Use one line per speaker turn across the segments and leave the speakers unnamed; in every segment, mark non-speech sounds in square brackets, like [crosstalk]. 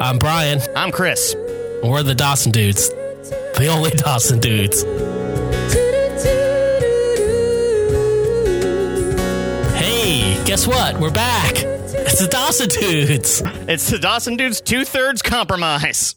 I'm Brian.
I'm Chris.
and We're the Dawson dudes. The only Dawson dudes. Hey, guess what? We're back. It's the Dawson dudes.
It's the Dawson Dudes two thirds compromise.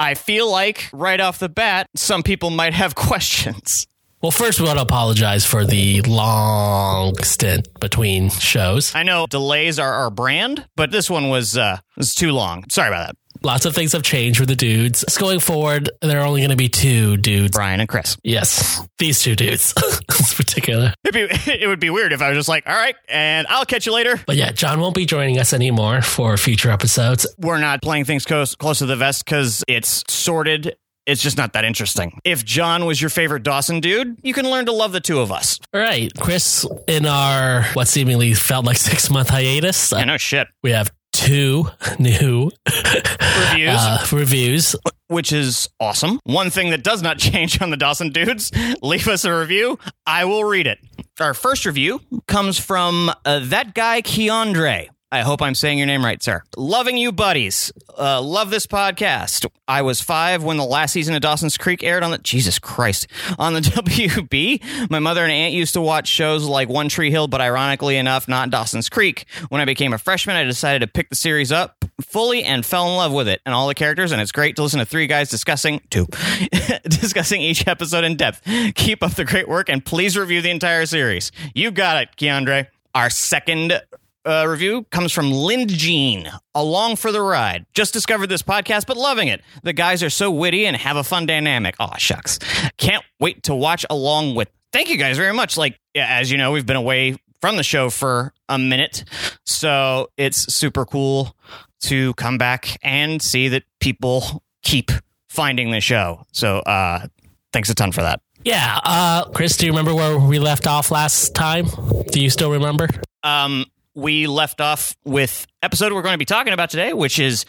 I feel like right off the bat, some people might have [laughs] questions.
Well, first, we want to apologize for the long stint between shows.
I know delays are our brand, but this one was uh was too long. Sorry about that,
Lots of things have changed with the dudes. It's going forward. There are only going to be two dudes.
Brian and Chris.
Yes, these two dudes [laughs] in particular.
It'd be, [laughs] it would be weird if I was just like, all right, and I'll catch you later.
But yeah, John won't be joining us anymore for future episodes.
We're not playing things close, close to the vest because it's sorted. It's just not that interesting. If John was your favorite Dawson dude, you can learn to love the two of us.
All right, Chris, in our what seemingly felt like [laughs] six month hiatus,
I
uh,
know shit.
we have two [laughs] new
Reviews.
uh, reviews.
which is awesome. One thing that does not [laughs] change on the Dawson Dudes, leave us a review. I will read it. Our first review comes from uh, that guy, Keandre. I hope I'm saying your name right, sir. Loving you, buddies. Uh, love this podcast. I was five when the last season of Dawson's Creek aired on the Jesus Christ on the [laughs] WB. My mother and aunt used to watch shows like One Tree Hill, but ironically enough, not Dawson's Creek. When I became a freshman, I decided to pick the series up fully and fell in love with it and all the characters and it's great to listen to three guys discussing two [laughs] discussing each episode in depth keep up the great work and please review the entire series you got it keandre our second uh, review comes from Lind Jean. Along for the ride. Just discovered this podcast, but loving it. The guys are so witty and have a fun dynamic. Aw, shucks. Can't wait to watch along with. Thank you guys very much. Like, yeah, as you know, we've been away from the show for a minute. So it's super cool to come back and see that people keep finding the show. So uh, thanks a ton for that.
Yeah, uh, Chris, do you remember where we left off last time? Do you still remember?
Um, we left off with episode we're going to be talking about today, which is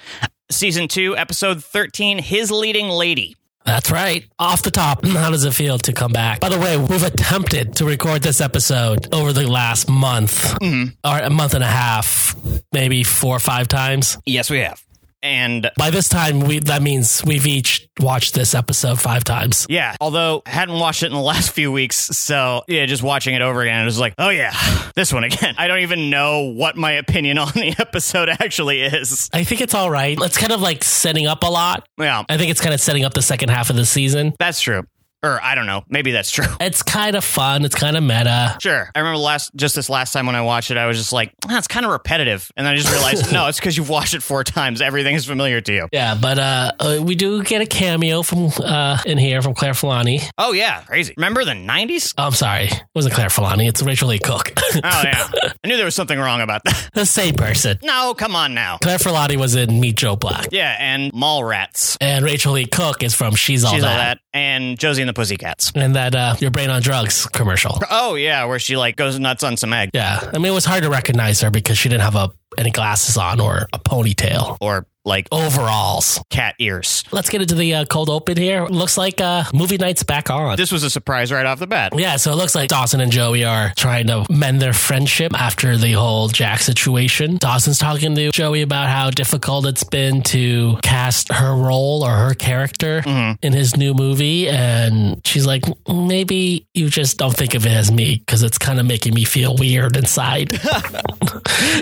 season two, episode 13, His Leading Lady.
That's right. Off the top, [laughs] how does it feel to come back? By the way, we've attempted to record this episode over the last month or a month and a half, maybe four or five times.
Yes, we have. And
By this time, we that means we've each watched this episode five times.
yeah, although hadn't watched it in the last few weeks, so yeah, just watching it over again, it was like, oh yeah, [laughs] this one again. I don't even know what my opinion on the [laughs] episode actually is.
I think it's all right. It's kind of like setting up a lot.
Yeah,
I think it's kind of setting up the second half of the season.
that's true. Or I don't know. Maybe that's true.
It's kind of fun. It's kind of meta.
Sure. I remember last just this last time when I watched it, I was just like, that's kind of repetitive. And then I
[laughs]
just realized, no, it's because you've watched it four times. Everything is familiar to you.
Yeah, but uh, uh, we do get a cameo from uh, in here from Claire Filani.
Oh yeah, crazy. Remember the nineties?
Oh, I'm sorry, it wasn't Claire Filani. It's Rachel Lee Cook. [laughs]
Oh yeah. I knew there was something wrong about that. [laughs]
the same person.
No, come on now.
Claire Filani was in Meet Joe Black,
Yeah, and Mallrats.
and Rachel Lee Cook is from She's All,
She's all
that.
that. And Josie and the Pussycats.
and that uh, Your Brain on Drugs commercial.
Oh yeah, where she like goes nuts on some egg.
Yeah, I mean it was hard to recognize her because she didn't have a, any glasses on or a ponytail,
Or like
overalls.
cat ears.
Let's get into the uh, cold open here. Looks like uh, movie night's back on.
This was a surprise right off
[laughs]
the bat.
Yeah, so it looks like Dawson and Joey are trying to mend their friendship after the whole Jack situation. Dawson's talking to Joey about how difficult it's been to cast her role or her character in his new movie. And she's like, maybe you just don't think of it as me because it's kind of making me feel weird inside.
Yes.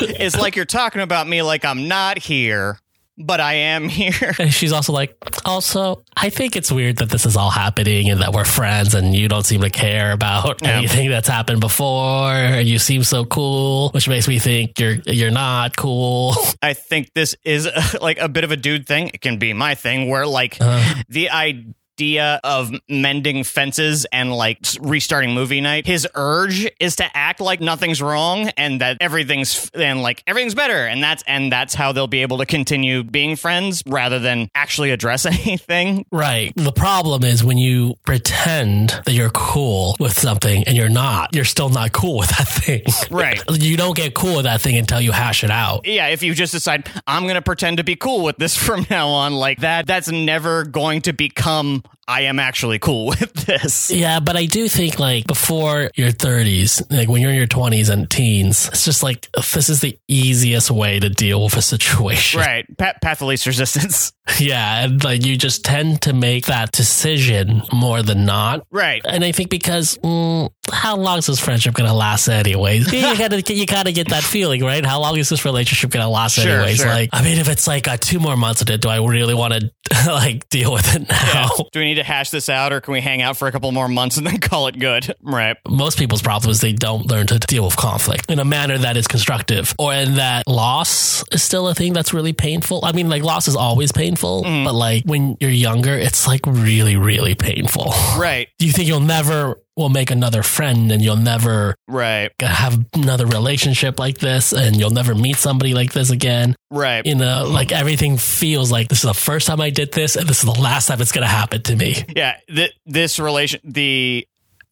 it's like you're talking about me like I'm not here, but I am [laughs] here.
And she's also like, also, I think it's weird that this is all happening and that we're friends and you don't seem to care about
Yeah.
anything that's happened before. And you seem so cool, which makes me think you're you're not cool. [laughs]
I think this is [laughs] uh, like a bit of a dude thing. It can be my thing where like the idea of mending fences and like s- restarting movie night, his urge is to act like nothing's wrong and that everything's f- and like everything's better and that's and that's how they'll be able to continue being friends rather than actually address [laughs] anything.
right. The problem is when you pretend that you're cool with something and you're not, you're still not cool with that [laughs] thing.
Right.
you don't get cool with that thing until you hash it out.
Yeah, if you just decide [laughs] I'm going to pretend to be cool with this from now on, like that that's never going to become I am actually cool [laughs] with this.
Yeah, but I do think like before your 30s, like when you're in your 20s and teens, it's just like this is the easiest way to deal with a situation.
[laughs] Right. Pa- path of least resistance. [laughs]
[laughs] Yeah, and like you just tend to make that decision more than not.
Right.
And I think because mm, how long is this friendship gonna last
[laughs]
anyways? you gotta you gotta get that feeling, right? How long is this relationship gonna last
Sure,
anyways?
sure.
Like, I mean, if it's like uh, two more months of it, do I really want to [laughs] like deal with it now?
Do we need to hash this out or can we hang out for a couple more months and then [laughs] call it good? Right.
most people's problem is they don't learn to deal with conflict in a manner that is constructive or in that loss is still a thing that's really painful. I mean, like loss is always painful, but like when you're younger, it's like really, really painful.
Right.
You think you'll never will make another friend and you'll never
Right.
have another relationship like this and you'll never meet somebody like this again.
Right.
You know, like everything feels like this is the first time I did this and this is the last time it's going to happen to me.
Yeah. Th- this relation, the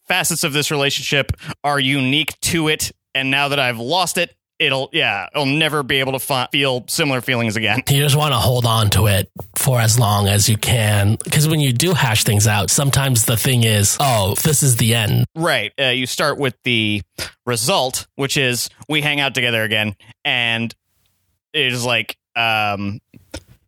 facets of this relationship are unique to it. And now that I've lost it, it'll, yeah, I'll never be able to fi- feel similar feelings again.
you just want to hold on to it for as long as you can because when you do hash things out sometimes the thing is oh this is the end
Right. Uh, you start with the result, which is we hang out together again, and it is like um,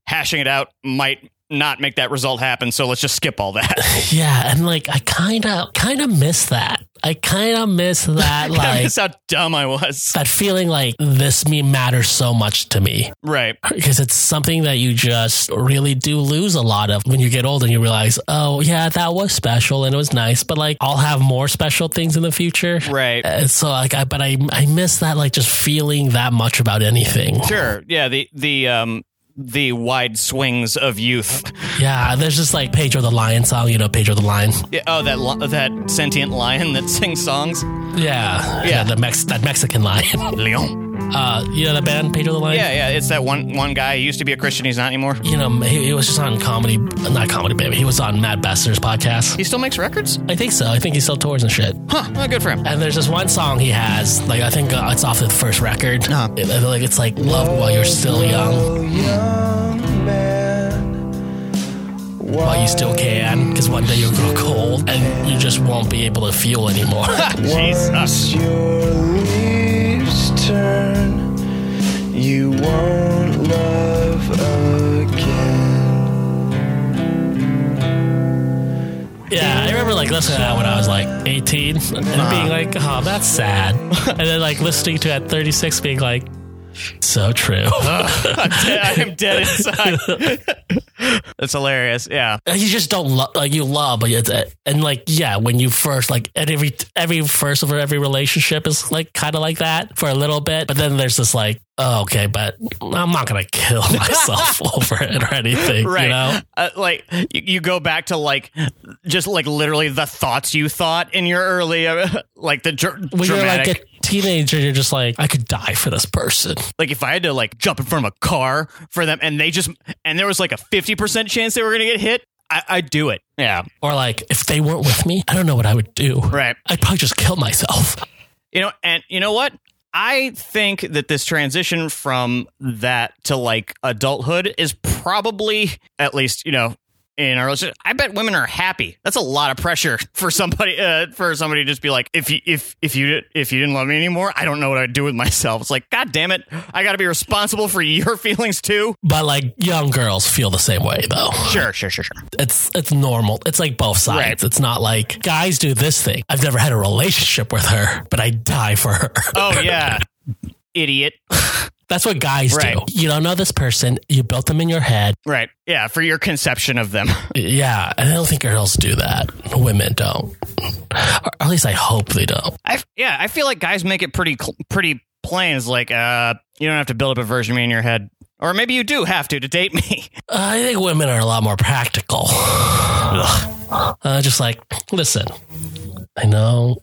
hashing it out might not make that result happen. So let's just skip all that. [laughs]
yeah and like i kind of kind of miss that i kind of miss that
I
like
miss how dumb I was.
that feeling like this meme matters so much to me
Right.
because it's something that you just really do lose a lot of when you get older and you realize oh yeah that was special and it was nice but like i'll have more special things in the future
Right.
And so like i but i i miss that like just feeling that much about anything
Sure. Yeah. The the um the wide swings of youth.
Yeah, there's just like Pedro the Lion song, you know, Pedro the Lion.
Yeah, oh, that li- that sentient lion that [laughs] sings songs.
Yeah. Yeah,
Yeah.
the Mex- that Mexican lion. [laughs]
Leon.
Uh, you know that band, Pedro the Lion?
Yeah. Yeah. It's that one one guy. He used to be a Christian. He's not anymore.
You know, he, he was just on comedy, not comedy, baby. He was on Matt Besser's podcast.
He still makes records.
I think so. I think he still tours and shit.
Huh. Oh, good for him.
And there's this one song he has, like, I think uh, it's off the first record.
Uh-huh.
It- like, it's like, Love While You're Still Young,
young man.
While You Still Can, because one day you'll grow cold and you just won't be able to feel anymore. [laughs]
Jesus.
Your leaves turn, you won't love again.
Yeah, I remember like listening to that when I was like 18 and being like, oh, that's sad. and then like listening to it at 36 being like, so true.
I am dead inside.
[laughs]
That's hilarious. Yeah.
you just don't love, [laughs] like you love, but it's, uh, and like, yeah, when you first, like at every, every first of every relationship is like kind of like that for a little bit. But then there's this like, oh, okay, but I'm not going to kill [laughs] myself over it or anything,
Right.
you know?
Uh, like you, you go back to like just like literally the thoughts you thought in your early uh, [laughs] like the dr-
When
dramatic
you're
like,
like a teenager, you're just like, I could die for this person.
if I had to like jump in front of a car for them and they just and there was like a 50% chance they were going to get hit, I I'd do it. Yeah.
Or like, if they weren't with me, I don't know what I would do.
Right.
I'd probably just kill myself.
You know, and you know what? I think that this transition from that to like adulthood is probably at least you know in our relationship. I bet women are happy. That's a lot of pressure [laughs] for somebody uh, for somebody to just be like, if you if if you did- if you didn't love me anymore, I don't know what I'd do with myself. It's like, god damn it, I got to be responsible for your [laughs] feelings too.
But like young girls feel the same way though.
Sure, sure, sure, sure.
It's it's normal. It's like both sides.
Right.
It's not like guys do this thing. I've never had a relationship with her, but I die for her.
[laughs]
[laughs]
Oh yeah, idiot.
That's what guys
Right.
do. You don't know this person. You built them in your head.
Right. Yeah, for your conception of them.
Yeah, and I don't think girls do that. Women don't. Or at least I hope they don't.
I yeah, I feel like guys make it pretty cl- pretty plain. It's like uh, you don't have to build up a version of me in your head, or maybe you do have to to date me. [laughs]
I think women are a lot more practical. Uh, just like, listen, I know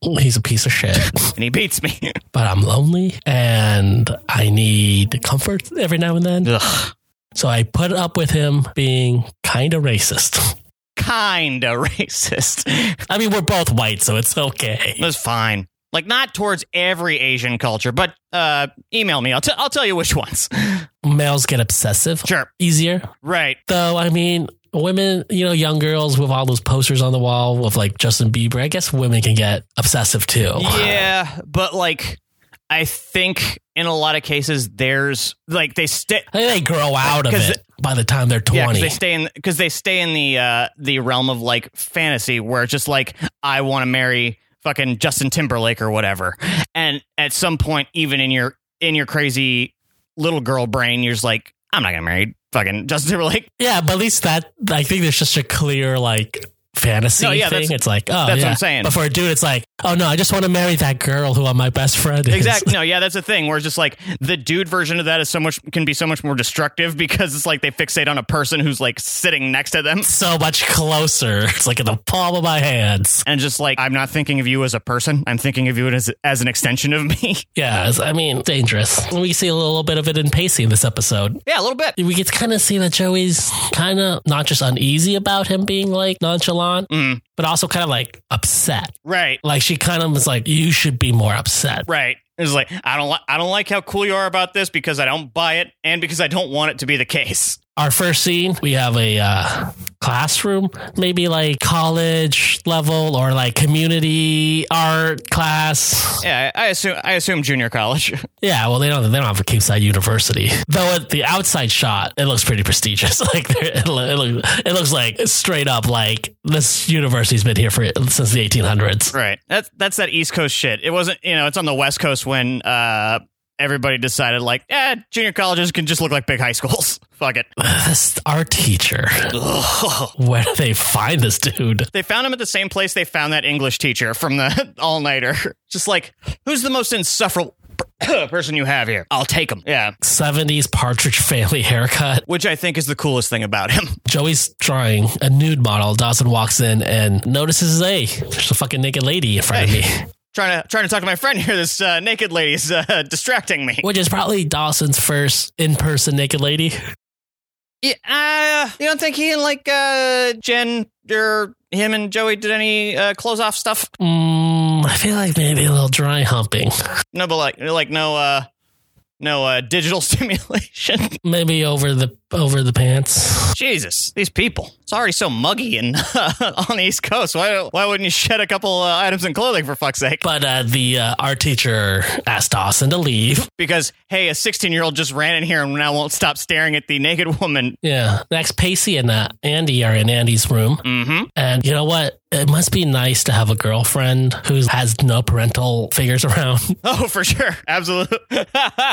he's a piece of shit.
and he beats me. [laughs]
but I'm lonely and I need comfort every now and then.
Ugh.
So I put up with him being kind of racist. [laughs]
Kinda racist. [laughs]
I mean, we're both white, so it's okay.
That's fine. Like not towards every Asian culture, but uh, email me. I'll t- I'll tell you which ones. [laughs]
Males get obsessive
Sure.
easier.
Right.
Though, I mean, women, you know, young girls with all those posters on the wall with like Justin Bieber. I guess women can get obsessive too.
Oh. Yeah, but like, I think in a lot of cases, there's like they stay.
I think [laughs] they grow out of
'Cause
it by the time they're
Yeah, 'cause
twenty.
they stay in because they stay in the uh, the realm of like fantasy, where it's just like I want to marry fucking Justin Timberlake or whatever. And at some point, even in your in your crazy little girl brain, you're just like, I'm not gonna marry fucking Justin Timberlake.
yeah, but at least that I think there's just a clear like fantasy
No, yeah,
thing.
that's-
It's like oh
that's what
yeah.
I'm saying.
But for a dude, it's like oh no, I just want to marry that girl who my best friend is.
Exactly. No, yeah, that's the thing. Where it's just like the dude version of that is so much can be so much more destructive because it's like they fixate on a person who's like sitting next to
[laughs]
them
so much closer. It's like in the palm of my hands.
and just like I'm not thinking of you as a person. I'm thinking of you as as an extension of me. [laughs]
Yeah, it's- I mean, dangerous. We see a little bit of it in Pacey in this episode.
yeah, a little bit.
We get to kind of see that Joey's kind of not just uneasy about him being like nonchalant,
Mm,
but also kind of like upset.
right.
Like she kind of was like, "You should be more upset."
Right. It's like I don't li- I don't like how cool you are about this because I don't buy it and because I don't want it to be the case.
Our first scene, we have a uh, classroom, maybe like college level or like community art class.
Yeah, I, I assume I assume junior college. [laughs]
Yeah, well, they don't. They don't have a Kingside University, though. At the outside shot, it looks pretty prestigious. [laughs] Like they're- it, lo- it, loo- it looks like straight up like this university's been here for since the 1800s.
right. That's that's that East Coast shit. It wasn't you know it's on the West Coast when uh everybody decided like eh junior colleges can just look like big high schools. [laughs] Fuck it.
This, our teacher,
Ugh.
where do they find this dude?
[laughs] They found him at the same place they found that English teacher from the [laughs] all nighter. Just like who's the most insufferable [coughs] person you have here? I'll take him. Yeah,
70s Partridge Family haircut.
which I think is the coolest thing about him.
Joey's drawing a nude model. Dawson walks in and notices, hey, there's a fucking naked lady in front
Hey.
of me.
trying to trying to talk to my friend here. This uh, naked lady's uh, distracting me.
Which is probably Dawson's first in person naked lady.
Yeah, uh, you don't think he and like uh, Jen or him and Joey did any uh, close off stuff?
Mm, I feel like maybe a little dry humping.
No, but like like no uh, no uh, digital [laughs] stimulation.
maybe over the over the pants.
Jesus, these people. It's already so muggy and [laughs] uh, on the East Coast. Why why wouldn't you shed a couple uh, items in clothing for fuck's sake?
But uh, the uh, our teacher asked Dawson to leave.
Because hey, a sixteen year old just ran in here and now won't stop staring at the naked woman.
Yeah. Next, Pacey and uh, Andy are in Andy's room,
Mm-hmm. [laughs]
and you know what? It must be nice to have a girlfriend who has no parental figures [laughs] around,
Oh, for sure, absolutely. [laughs]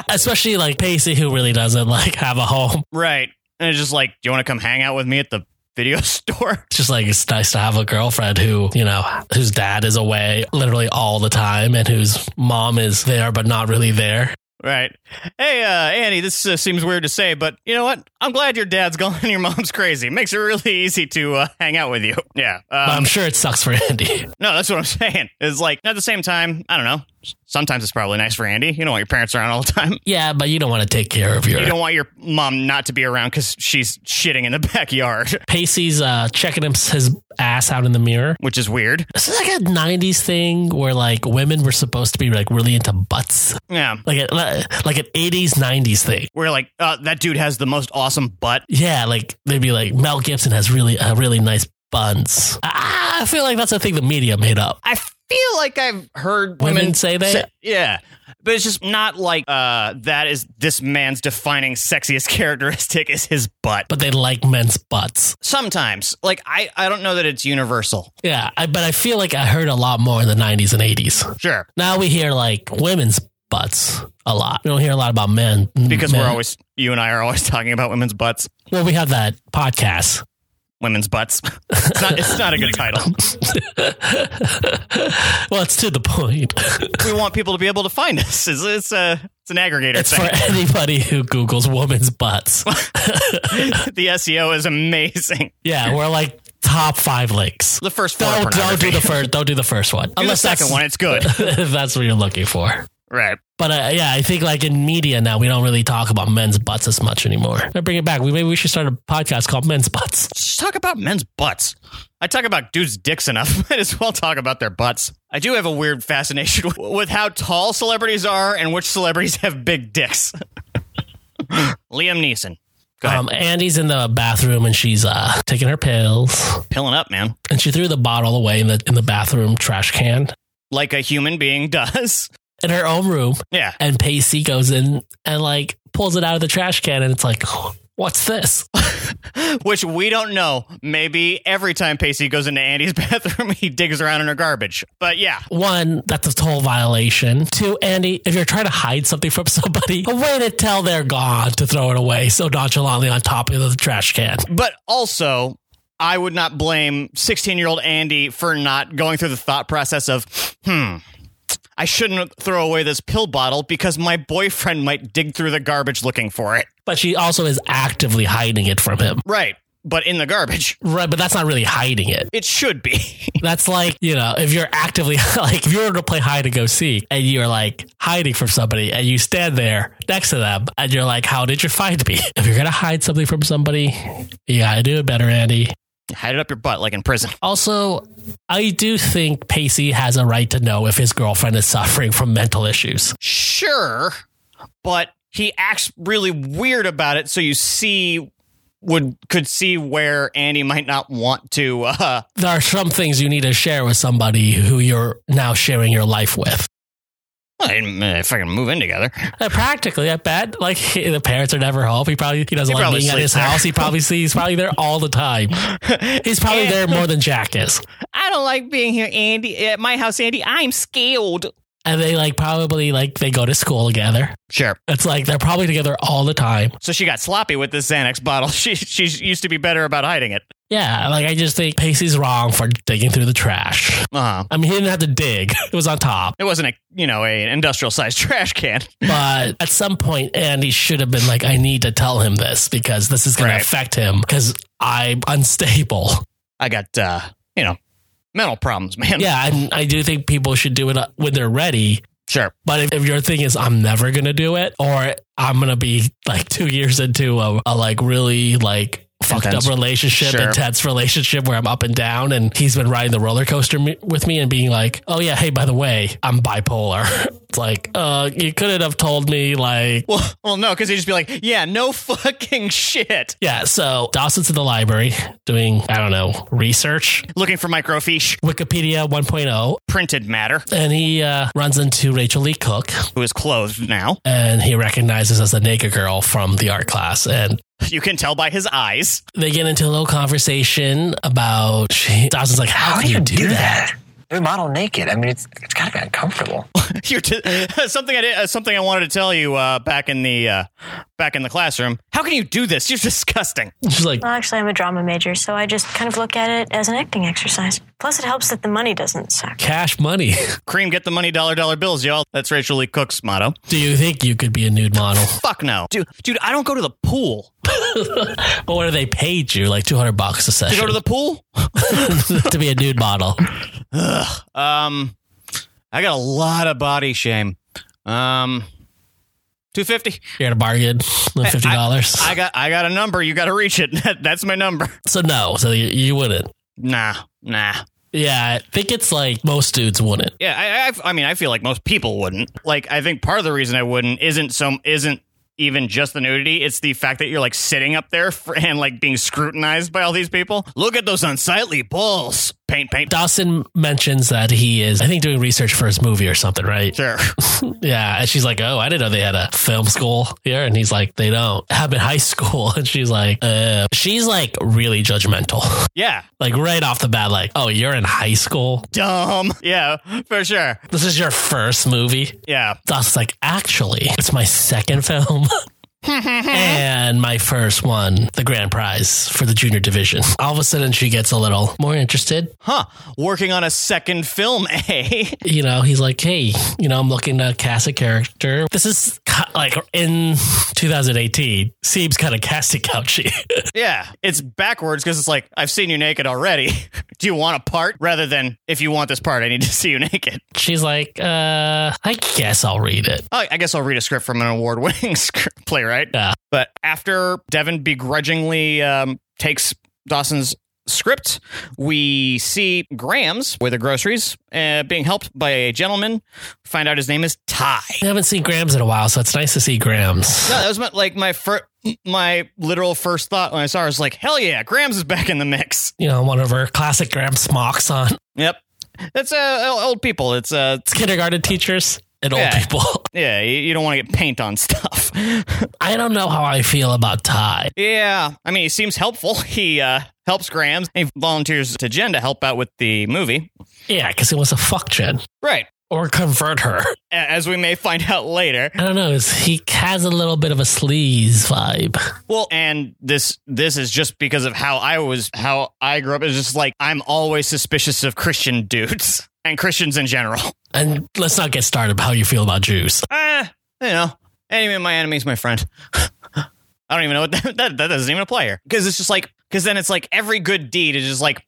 especially like Pacey, who really doesn't like have a home.
Right. And it's just like, do you want to come hang out with me at the video [laughs] store?
It's just like it's nice to have a girlfriend who you know whose dad is away literally all the time, and whose mom is there but not really there.
Right. Hey, uh, Annie, this uh, seems weird to say, but you know what? I'm glad your dad's [laughs] gone and your mom's crazy. Makes it really easy to uh, hang out with you. Yeah.
But
Um,
I'm sure it sucks for [laughs] Andy.
no, that's what I'm [laughs] saying. It's like, at the same time, I don't know. Sometimes it's probably nice for Andy. You don't want your parents around all the time.
Yeah, but you don't want to take care of your
You don't want your mom not to be around because she's shitting in the [laughs] backyard,
Pacey's uh, checking him, his ass out in the mirror.
which is weird.
This is like a '90s thing where like women were supposed to be like really into butts,
Yeah.
like a, like an '80s '90s thing.
We're like, uh, that dude has the most awesome butt.
Yeah, like they'd be like Mel Gibson has really uh, really nice buns. Ah, I feel like that's a thing the media made up.
I feel like I've heard
Women,
women,
say that.
Se- yeah. But it's just not like uh, that is this man's defining sexiest [laughs] characteristic is his butt.
but they like men's butts.
Sometimes, like I, I don't know that it's universal.
Yeah, I, but I feel like I heard a lot more in the 90s and 80s.
Sure,
Now we hear like women's butts a lot. We don't hear a lot about men.
because
men.
we're always you and I are always [laughs] talking about women's butts,
Well, we have that podcast. [laughs]
women's butts. It's not, it's not a good title.
well, it's to the point.
[laughs] We want people to be able to find us. It's it's a it's an aggregator
It's for
thing.
anybody who Googles women's butts.
[laughs] the SEO is amazing.
yeah, we're like top five links.
The first four
Don't, don't do
pornography.
the first. Don't do the first one.
Do the second
that's-
one.
[laughs]
It's good.
if that's what you're looking for.
Right.
But uh, yeah, I think like in media now, we don't really talk about men's butts as much anymore. I bring it back. We maybe we should start a podcast called Men's Butts.
just talk about men's butts. I talk about dudes' dicks enough. [laughs] Might as well talk about their butts. I do have a weird fascination [laughs] with- with how tall [laughs] celebrities are and which celebrities have big dicks. Liam Neeson. ahead.
Um, Andy's in the bathroom and she's uh, taking her pills,
Pilling up, man.
and she threw the bottle away in the in the bathroom trash can
Like a human being [laughs] does.
in her own room.
Yeah.
And Pacey goes in and like pulls it out of the trash can, and it's like, what's this?
Which we don't know. Maybe every time Pacey goes into Andy's [laughs] bathroom, he digs around in her garbage. But yeah,
One, that's a total violation. Two, Andy, if you're trying to hide something from somebody, [laughs] wait until they're gone to throw it away so nonchalantly on top of the trash can.
but also I would not blame 16 year old Andy for not going through the thought process of, hmm, I shouldn't throw away this pill bottle because my boyfriend might dig through the garbage looking for it.
But she also is actively hiding it from him.
Right. But in the garbage,
Right, but that's not really hiding it.
it should be. [laughs]
That's like, you know, if you're actively [laughs] like if you were to play hide and go seek and you're like hiding from somebody and you stand there next to them and you're like, How did you find me? [laughs] If you're gonna hide something from somebody, you gotta do it better, Andy.
Hide it up your butt like in prison.
Also, I do think Pacey has a right to know if his girlfriend is suffering from mental issues.
Sure, but he acts really weird about it, so you see would could see where Andy might not want to uh [laughs]
There are some things you need to share with somebody who you're now sharing your life with.
well, they didn't, uh, fucking move in together. [laughs]
And practically, I bet. Like [laughs] the parents are never home. He probably he doesn't like
probably
being at his
sleeps there.
house. He
[laughs]
probably sees he's probably there all the time. He's probably
Yeah.
there more than Jack is.
I don't like being here, Andy. At my house, Andy, I'm scared.
And they like probably like they go to school together.
Sure.
It's like they're probably together all the time.
So she got sloppy with this Xanax bottle. [laughs] She she used to be better about hiding it.
Yeah, like I just think Pacey's wrong for digging through the trash.
Uh huh.
I mean, he didn't have to dig; [laughs] it was on top.
It wasn't a you know a industrial sized [laughs] trash can.
But at some point, Andy should have been like, "I need to tell him this because this is going to
Right.
affect him because I'm unstable."
I got uh you know mental problems, man.
yeah, and I do think people should do it uh, when they're ready.
Sure.
But if, if your thing is I'm never gonna do it, or I'm gonna be like two years into a, a like really like fucked
Intense.
up relationship,
Sure.
intense relationship where I'm up and down, and he's been riding the roller coaster me- with me and being like, oh yeah, hey, by the way, I'm bipolar. [laughs] it's like, uh, you couldn't have told me like.
Well, well, no, because he'd just be like, yeah, no [laughs] fucking shit.
Yeah, so Dawson's in the library doing, I don't know, research,
Looking for microfiche,
Wikipedia 1.0,
printed matter,
and he uh, runs into Rachel Lee Cook,
who is clothed now.
and he recognizes as the naked girl from the art class. And
You can tell by his eyes. [laughs]
they get into a little conversation about she, Dawson's like, how, can you do, that?
We model naked. I mean, it's it's gotta be uncomfortable.
You're t- [laughs] something I did, uh, something I wanted to tell you uh, back in the uh, back in the classroom. How can you do this? You're [laughs] disgusting.
She's like,
Well, actually, I'm a drama major, so I just kind of look at it as an acting exercise. Plus, it helps that the money doesn't suck.
cash money. [laughs]
Cream, get the money, dollar dollar bills, y'all. That's Rachel Lee Cook's motto.
do you think you could be a nude model?
Fuck no, dude. Dude, I don't go to the pool.
But what are they paid you? Like 200 bucks a
To go
session
to the pool?
[laughs] to be a nude model.
Um, I got a lot of body shame. Um, two fifty.
You're at a bargain, $50.
I got I got a number. You got to reach it. [laughs] That, that's my number.
so no, so you, you wouldn't.
Nah, nah.
Yeah, I think it's like most dudes wouldn't.
Yeah, I, I I mean, I feel like most people wouldn't. Like, I think part of the reason I wouldn't isn't some isn't even just the nudity. It's the fact that you're like sitting up there for, [laughs] and like being scrutinized by all these people. Look at those unsightly balls. Paint, paint. [laughs]
Dawson mentions that he is, I think, doing research for his movie or something, right?
Sure.
[laughs] Yeah. And she's like, Oh, I didn't know they had a film school here. And he's like, They don't. [laughs] I'm in high school. [laughs] And she's like, uh, She's like really judgmental. [laughs]
Yeah.
like right off the bat, like, Oh, you're in high school?
Dumb. Yeah, for sure.
This is your first movie?
Yeah.
Dawson's like, Actually, it's my second film. [laughs] and my first one, the grand prize for the junior division. All of a sudden, she gets a little more interested.
Huh. Working on a second film, [laughs] eh?
you know, he's like, hey, you know, I'm looking to cast a character. This is ki- like in 2018 seems kind of casting couchy.
yeah. It's backwards because it's like, I've seen you naked already. [laughs] Do you want a part? Rather than, if you want this part, I need to [laughs] see you naked.
[laughs] She's like, uh, I guess I'll read it.
Oh, I I guess I'll read a script from an award-winning [laughs] script playwright.
Yeah.
But after Devin begrudgingly um, takes Dawson's script, we see Graham's with the groceries uh, being helped by a gentleman. Find out his name is Ty.
I haven't seen Grams in a while, so it's nice to see Grams.
No, that was my, like my first. my literal first thought when I saw her was like, hell yeah, Grams is back in the mix.
You know, one of her classic Graham smocks on. [laughs]
Yep. That's uh, old people. It's uh,
It's kindergarten teachers and old
Yeah.
people. [laughs]
yeah, you you don't want to get paint on [laughs] stuff.
I don't know how I feel about Ty.
yeah, I mean, he seems helpful. [laughs] He uh, helps Grams. He volunteers to Jen to help out with the movie.
Yeah, because he wants to fuck Jen
Right.
or convert her.
A- As we may [laughs] find out later.
I don't know. is- He has a little bit of a sleaze vibe.
Well, and this this is just because of how I was how I grew up. It's just like I'm always suspicious of Christian dudes [laughs] and Christians in general.
And let's not get started about how you feel about Jews.
Eh, you know, enemy of my enemy's my friend. [laughs] I don't even know what that, that, that doesn't even apply here because it's just like because then it's like every good deed is just like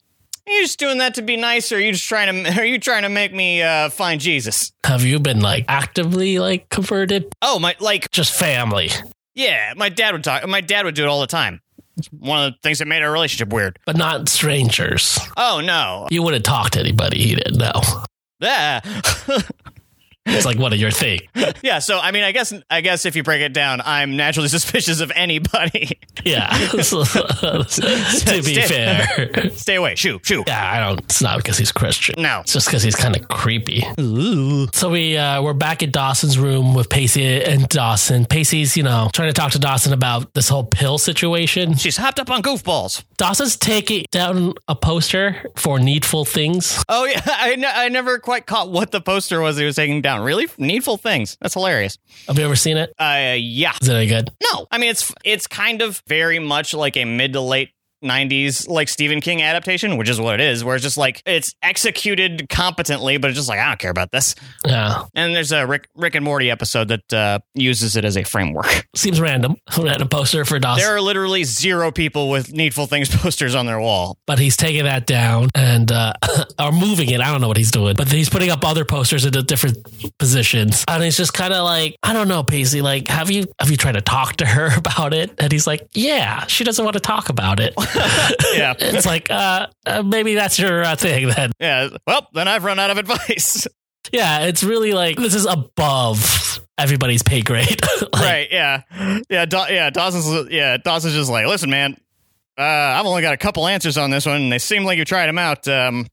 are you just doing that to be nice or are you just trying to [laughs] are you trying to make me uh, find Jesus?
Have you been like actively like converted?
Oh my, like
Just family,
yeah, my dad would talk. My dad would do it all the time. It's one of the things that made our relationship weird.
but not strangers.
Oh no, [laughs]
You wouldn't talk to anybody he didn't know.
ah.
It's like one of your thing. [laughs]
Yeah, so I mean, I guess I guess if you break it down, I'm naturally [laughs] suspicious of anybody. [laughs]
Yeah. [laughs] to be fair.
Stay away, shoo, shoo.
Yeah, I don't. It's not because he's Christian.
No,
It's just because he's kind of creepy. So we uh, we're back at Dawson's room with Pacey and Dawson. Pacey's you know trying to talk to Dawson about this whole pill situation.
she's hopped up on goofballs.
Dawson's taking down a poster for Needful Things.
Oh yeah, [laughs] I ne- I never quite caught what the poster was he was taking down. Really needful things. That's hilarious.
Have you ever seen it?
Uh, yeah.
Is it any good?
No, I mean it's it's kind of very much like a mid to late. 90s like Stephen King adaptation, which is what it is, where it's just like it's executed competently, but it's just like I don't care about this.
Yeah,
And there's a Rick Rick and Morty episode that uh, uses it as a framework.
seems random. [laughs] Random poster for Dawson,
There are literally zero people with needful things [laughs] posters on their wall.
but he's taking that down and uh, [laughs] or moving it. I don't know what he's doing, but he's putting up other posters into different positions, and he's just kind of like, I don't know, Pacey. Like, have you have you tried to talk to her [laughs] about it? And he's like, Yeah, she doesn't want to talk about
[laughs]
it. [laughs]
Yeah.
it's like, uh, uh, maybe that's your uh, thing then.
Yeah. Well, then I've run out of advice.
Yeah, it's really like this is above everybody's pay grade. [laughs]
[laughs]
Like,
right. Yeah. Yeah. Da- yeah. Dawson's. Yeah. Dawson's just like, listen, man. Uh, I've only got a couple answers on this one. and They seem like you tried them out. Um,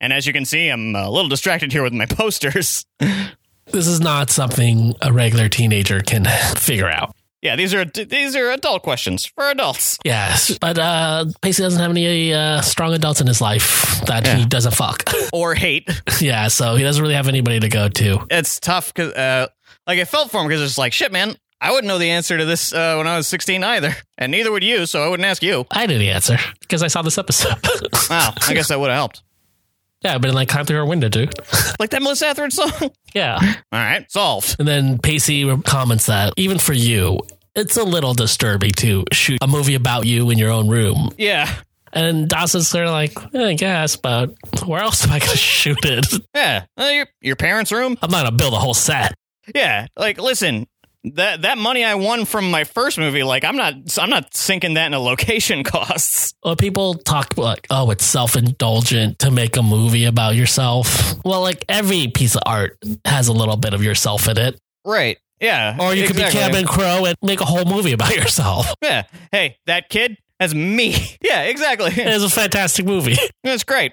and as you can see, I'm a little distracted here with my [laughs] posters.
This is not something a regular teenager can [laughs] figure out.
yeah. These are these are adult questions for adults.
Yes, but uh, Pacey doesn't have any uh, strong adults in his life that he
Yeah.
doesn't fuck.
[laughs]
[laughs]
Or hate.
yeah, so he doesn't really have anybody to go to.
it's tough because uh, like it felt for him because it's like shit, man. I wouldn't know the answer to this uh, when I was 16 either, and neither would you, so I wouldn't ask you.
I knew the answer because I saw this episode. [laughs]
Wow, I guess that would have helped.
yeah, but then like climb through her window, dude.
Like that Melissa Etheridge song. [laughs] All
Yeah,
right, solved.
and then Pacey comments that even for you. It's a little disturbing to shoot a movie about you in your own room
Yeah,
And Dawson's sort of like, "Eh, I guess, but where else am I going to [laughs] shoot it?
yeah. Uh, your your parents' room.
I'm not going to build a whole set.
Yeah, like listen, that that money I won from my first movie, like I'm not I'm not sinking that into location [laughs] costs.
Well, people talk like, oh, it's self indulgent to make a movie about yourself. Well, like every piece of art has a little bit of yourself in it.
Right. Yeah.
Or you could be
exactly.
Cabin Crow and make a whole movie about [laughs] yourself.
Yeah. Hey, that kid. That's me. [laughs] Yeah, exactly.
It's a fantastic movie.
[laughs] That's great.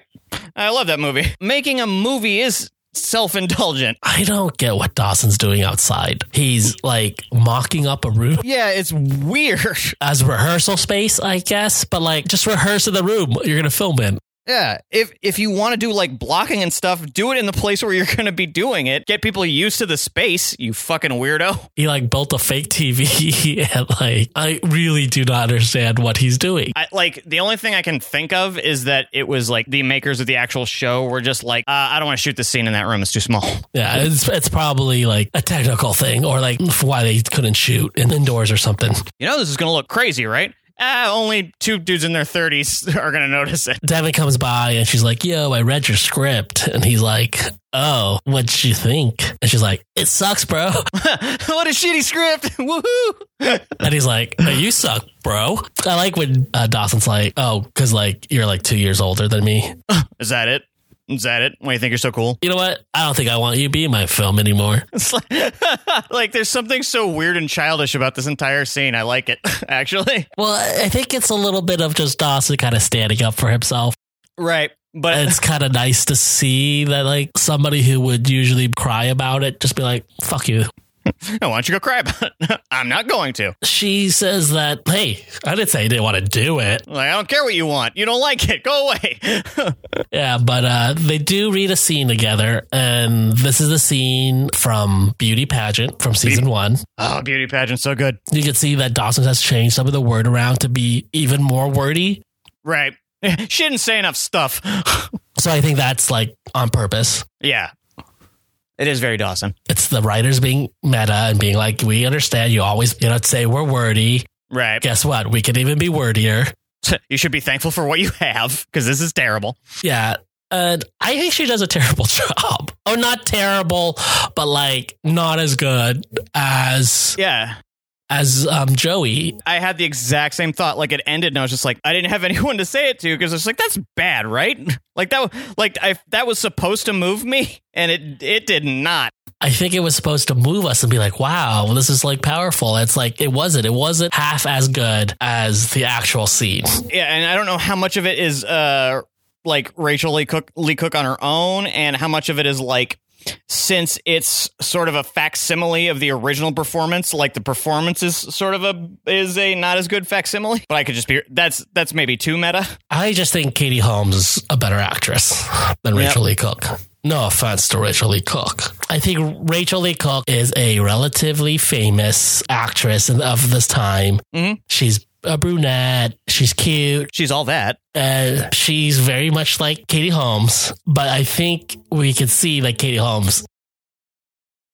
I love that movie. Making a movie is self indulgent.
I don't get what Dawson's doing outside. He's like mocking up a room
Yeah, it's weird. [laughs]
as rehearsal space, I guess, but like just rehearse in the room you're going to film in.
Yeah, if if you want to do like blocking and stuff, do it in the place where you're going to be doing it. Get people used to the space. You fucking weirdo. [laughs]
he like built a fake TV [laughs] and like I really do not understand what he's doing.
I, like the only thing I can think of is that it was like the makers of the actual show were just like, uh, I don't want to shoot this scene in that room. It's too small. [laughs]
Yeah, it's it's probably like a technical thing or like for why they couldn't shoot in indoors or something.
You know this is going to look crazy, right? Ah, only two dudes in their 30s [laughs] are going to notice it.
Devin comes by and she's like, "Yo, I read your script," and he's like, "Oh, what'd you think?" And she's like, "It sucks, bro." [laughs]
what a shitty script. [laughs] Woohoo. [laughs]
And he's like, "Oh, "You suck, bro." I like when uh, Dawson's like, "Oh, because like you're like two years older than me."
is that it? Is that it? Why do you think you're so cool? [laughs]
You know what? I don't think I want you to be in my film anymore.
It's like, [laughs] like there's something so weird and childish about this entire scene. I like it, [laughs] actually.
Well, I I think it's a little bit of just Dawson kind of standing up for himself.
Right. But
It's kind of nice to see that, like, somebody who would usually cry about it just be like, fuck you.
no, [laughs] why don't you go cry about it? [laughs] I'm not going to.
She says that, hey, I didn't say you didn't want to do it.
Like, I don't care what you want. You don't like it. Go away. [laughs]
Yeah, but uh, they do read a scene together, and this is the scene from Beauty Pageant from season one.
oh, beauty pageant, so good.
You can see that Dawson has changed some of the word around to be even more wordy.
Right. [laughs] She didn't say enough stuff. [laughs]
So I think that's like on purpose.
yeah. It is very Dawson.
It's the writers being meta and being like, we understand you always, you know, say we're wordy.
Right.
Guess what? We can even be wordier.
[laughs] You should be thankful for what you have because this is terrible.
Yeah. And I think she does a terrible [laughs] job. Or not terrible, but like not as good as
Yeah.
as um Joey.
I had the exact same thought. Like it ended, and I was just like, I didn't have [laughs] anyone to say it to because it's like that's bad, right? [laughs] Like that, like I that was supposed to move me, and it it did not.
I think it was supposed to move us and be like, wow, this is like powerful. It's like it wasn't. It wasn't half as good as the actual scene.
Yeah, and I don't know how much of it is uh like Rachel Lee Cook Lee Cook on her own, and how much of it is like since it's sort of a facsimile of the original performance, like the performance is sort of a is a not as good facsimile. But I could just be that's that's maybe too meta.
I just think Katie Holmes is a better actress than
Yep.
Rachel Lee Cook. No offense to Rachel Lee Cook. I think Rachel Lee Cook is a relatively famous actress in- of this time.
Mhm.
She's a brunette. She's cute.
She's all that.
And she's very much like Katie Holmes. But I think we could see that Katie Holmes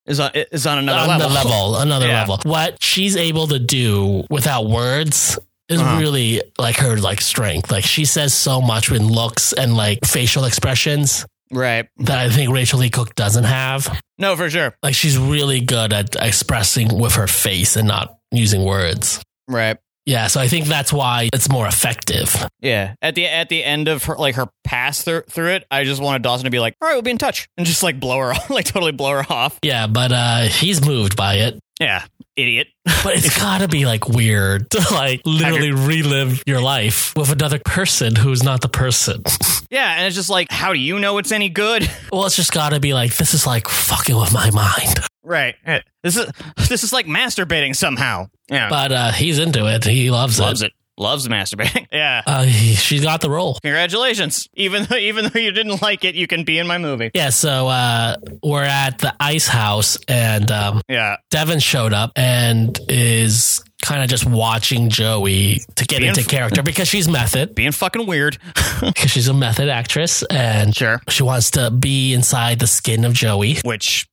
Is on is on another
another
level.
level. another
Yeah.
level. What she's able to do without words is
Uh-huh.
really like her like strength. Like she says so much in looks and like facial expressions
[laughs] Right.
that I think Rachel Lee Cook doesn't have.
No, for sure.
Like she's really good at expressing with her face and not using words.
Right.
Yeah, so I think that's why it's more effective.
Yeah. At the at the end of her like her pass through through it, I just wanted Dawson to be like, "All right, we'll be in touch," and just like blow her [laughs] off, like totally blow her off.
Yeah, but uh he's moved by it.
Yeah, idiot.
But it's gotta be like weird to like literally relive your life with another person who's not the person. [laughs]
Yeah, and it's just like, how do you know it's any good? [laughs]
Well, it's just gotta be like this is like fucking with my
[laughs]
mind.
right. This is [laughs] this is like masturbating somehow. Yeah,
But uh, he's into it. He loves,
loves
it.
it. Loves masturbating. [laughs] yeah.
Uh, he, she got the role.
Congratulations. Even though even though you didn't like it, you can be in my movie.
Yeah, so uh, we're at the ice house, and um,
Yeah.
Devin showed up and is kind of just watching Joey to get
Being
into
f-
character because she's
[laughs]
method,
Being fucking weird.
because she's a method actress, and
sure.
she wants to be inside the skin of Joey.
which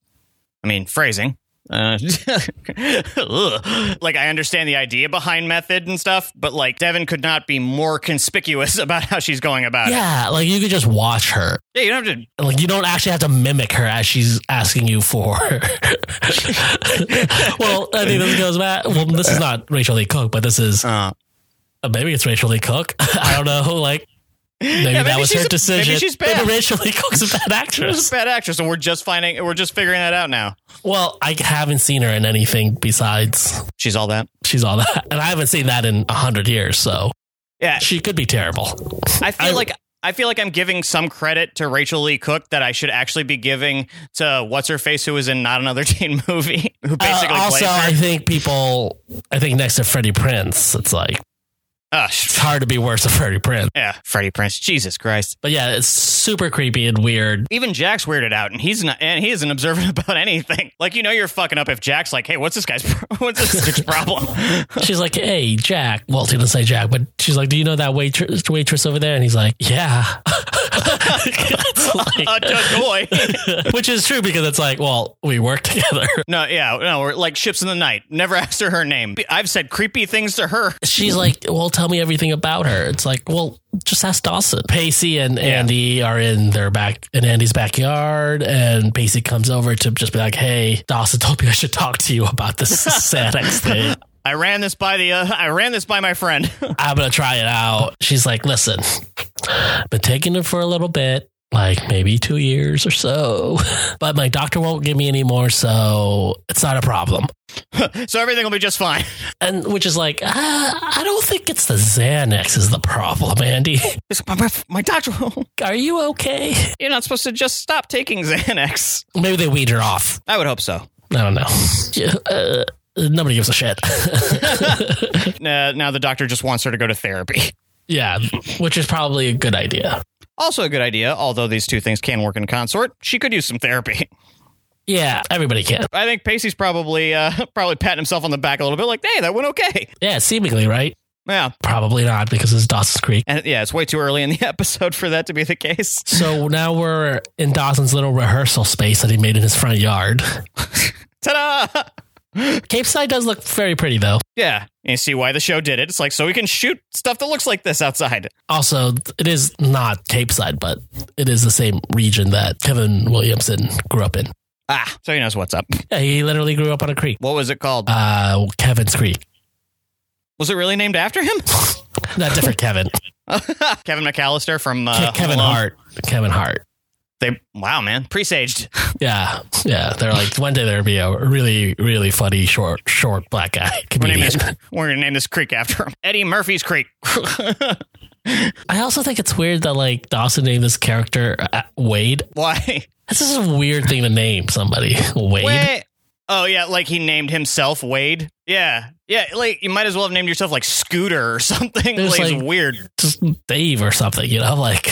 I mean, phrasing. Uh, [laughs] ugh. like I understand the idea behind method and stuff, but like Devin could not be more conspicuous [laughs] about how she's going about it.
Yeah, like you could just watch her.
Yeah, you don't have to.
Like you don't actually have to mimic her as she's asking you for.
[laughs]
well, I think this goes back. Well, this is not Rachel Lee Cook, but this is
Uh,
Uh, maybe it's Rachel Lee Cook. [laughs] I don't know. Like maybe,
maybe
that was
she's
her
a-
decision.
maybe she's bad.
Rachel Lee Cook's a bad
she's
actress.
a bad actress, and we're just finding, we're just figuring that out now.
Well, I haven't seen her in anything besides
She's all that.
she's all that, and I haven't seen that in a hundred years. So
Yeah,
she could be terrible.
I feel
I-
like I feel like I'm giving some credit to Rachel Lee Cook that I should actually be giving to what's her face who was in not another [laughs] teen movie who basically
Uh,
plays
also,
her.
I think people, I think next to Freddie Prince, it's like
Ah,
it's hard to be worse than Freddie Prince.
yeah, Freddie Prince. Jesus Christ.
But yeah, it's super creepy and weird.
even Jack's weirded out, and he's not, and he isn't observant [laughs] about anything. Like you know, you're fucking up if Jack's like, "Hey, what's this guy's [laughs] what's this guy's problem?" [laughs]
She's like, "Hey, Jack." Well, she didn't say Jack, but she's like, "Do you know that waitress, waitress over there?" And he's like, "Yeah." [laughs] It's like-
uh, duh, boy.
which is true because it's like, well, we work together.
[laughs]
[laughs]
no, yeah, no, we're like ships in the night. Never [laughs] asked her her name. I've said creepy things to her.
She's like, well, tell me everything about her. It's like, well, just ask Dawson. Pacey and Andy are in their back in Andy's backyard, and Pacey comes over to just be like, hey, Dawson told me I should talk to you about this Xanax thing.
I ran this by the uh, [laughs] I ran this by my friend. [laughs]
I'm gonna try it out. She's like, listen, been taking it for a little bit. like maybe two years or so. [laughs] But my doctor won't give me any more, so it's not a problem.
So everything will be just fine. [laughs]
And which is like, ah, I don't think it's the Xanax is the problem, [laughs] Andy.
It's my, my, my doctor, [laughs]
Are you okay?
you're not supposed to just stop taking Xanax.
Maybe they weed her off.
I would hope so.
I don't know. Yeah, uh, nobody gives a shit. [laughs]
Uh, now the doctor just wants her to go to therapy. [laughs]
yeah, which is probably a good idea.
Also a good idea, although these two things can work in consort. She could use some therapy. [laughs]
Yeah, everybody can.
I think Pacey's probably uh, [laughs] probably patting himself on the back a little bit, like, "Hey, that went okay."
Yeah, seemingly, right?
Yeah,
Probably not because it's Dawson's Creek.
and yeah, it's way too early in the [laughs] episode for that to be the case. [laughs]
So now we're in Dawson's little rehearsal space that he made in his front yard.
Ta-da! [laughs]
Cape Side does look very pretty, though.
Yeah, and you see why the show did it. It's like so we can shoot stuff that looks like this outside.
Also, it is not Cape Side, but it is the same region that Kevin Williamson grew up in.
Ah, so he knows what's up. [laughs]
Yeah, he literally grew up on a creek.
What was it called?
Uh, Kevin's Creek.
was it really named after him? [laughs]
Not different Kevin.
Kevin McAllister from uh,
Kevin
Home Alone.
Hart. Kevin Hart.
They wow, man, presaged.
[laughs] Yeah, yeah. They're like, one day there'll be a really, really funny short, short black guy
We're naming
comedian.
this- we're gonna name this creek after him, Eddie Murphy's Creek. [laughs]
I also think it's weird that like Dawson named this character uh, Wade.
why?
That's just a weird thing to name somebody [laughs] Wade.
Wait. Oh yeah, like he named himself Wade. Yeah, yeah. Like you might as well have named yourself like Scooter or [laughs] something.
There's,
Like, it's
like-
weird.
Just Dave or something, you know, [laughs] like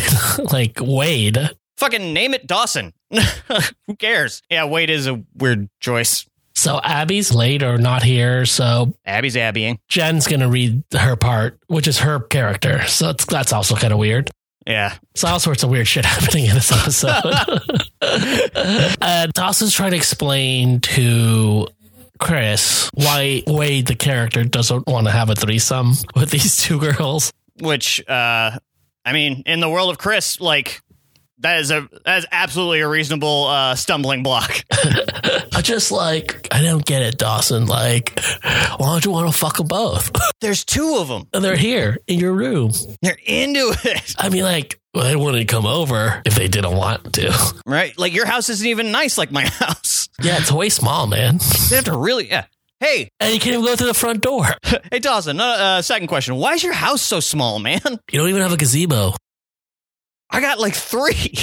like Wade.
Fucking name it Dawson. [laughs] Who cares? Yeah, Wade is a weird choice.
So Abby's late or not here, so
Abby's Abbying.
Jen's gonna read her part, which is her character. So it's, that's also kind of weird.
Yeah.
So all sorts of weird shit [laughs] happening in this episode. [laughs] uh, Dawson's trying to explain to Chris why Wade, the character, doesn't want to have a threesome with these two girls.
Which, uh, I mean, in the world of Chris, like that is a that is absolutely a reasonable uh, stumbling block. [laughs]
I just like I don't get it, Dawson. Like, why don't you want to fuck them both? [laughs]
There's two of them.
And They're here in your room.
They're into [laughs] it,
I mean, like, well, they wouldn't come over if they didn't want to. [laughs]
right? Like your house isn't even nice like my [laughs] house.
Yeah, it's way small, man.
They have to really. Yeah. Hey,
And you can't even go through the front door.
Hey Dawson, uh, uh, second question. Why is your house so small, man? [laughs]
You don't even have a gazebo.
I got like three.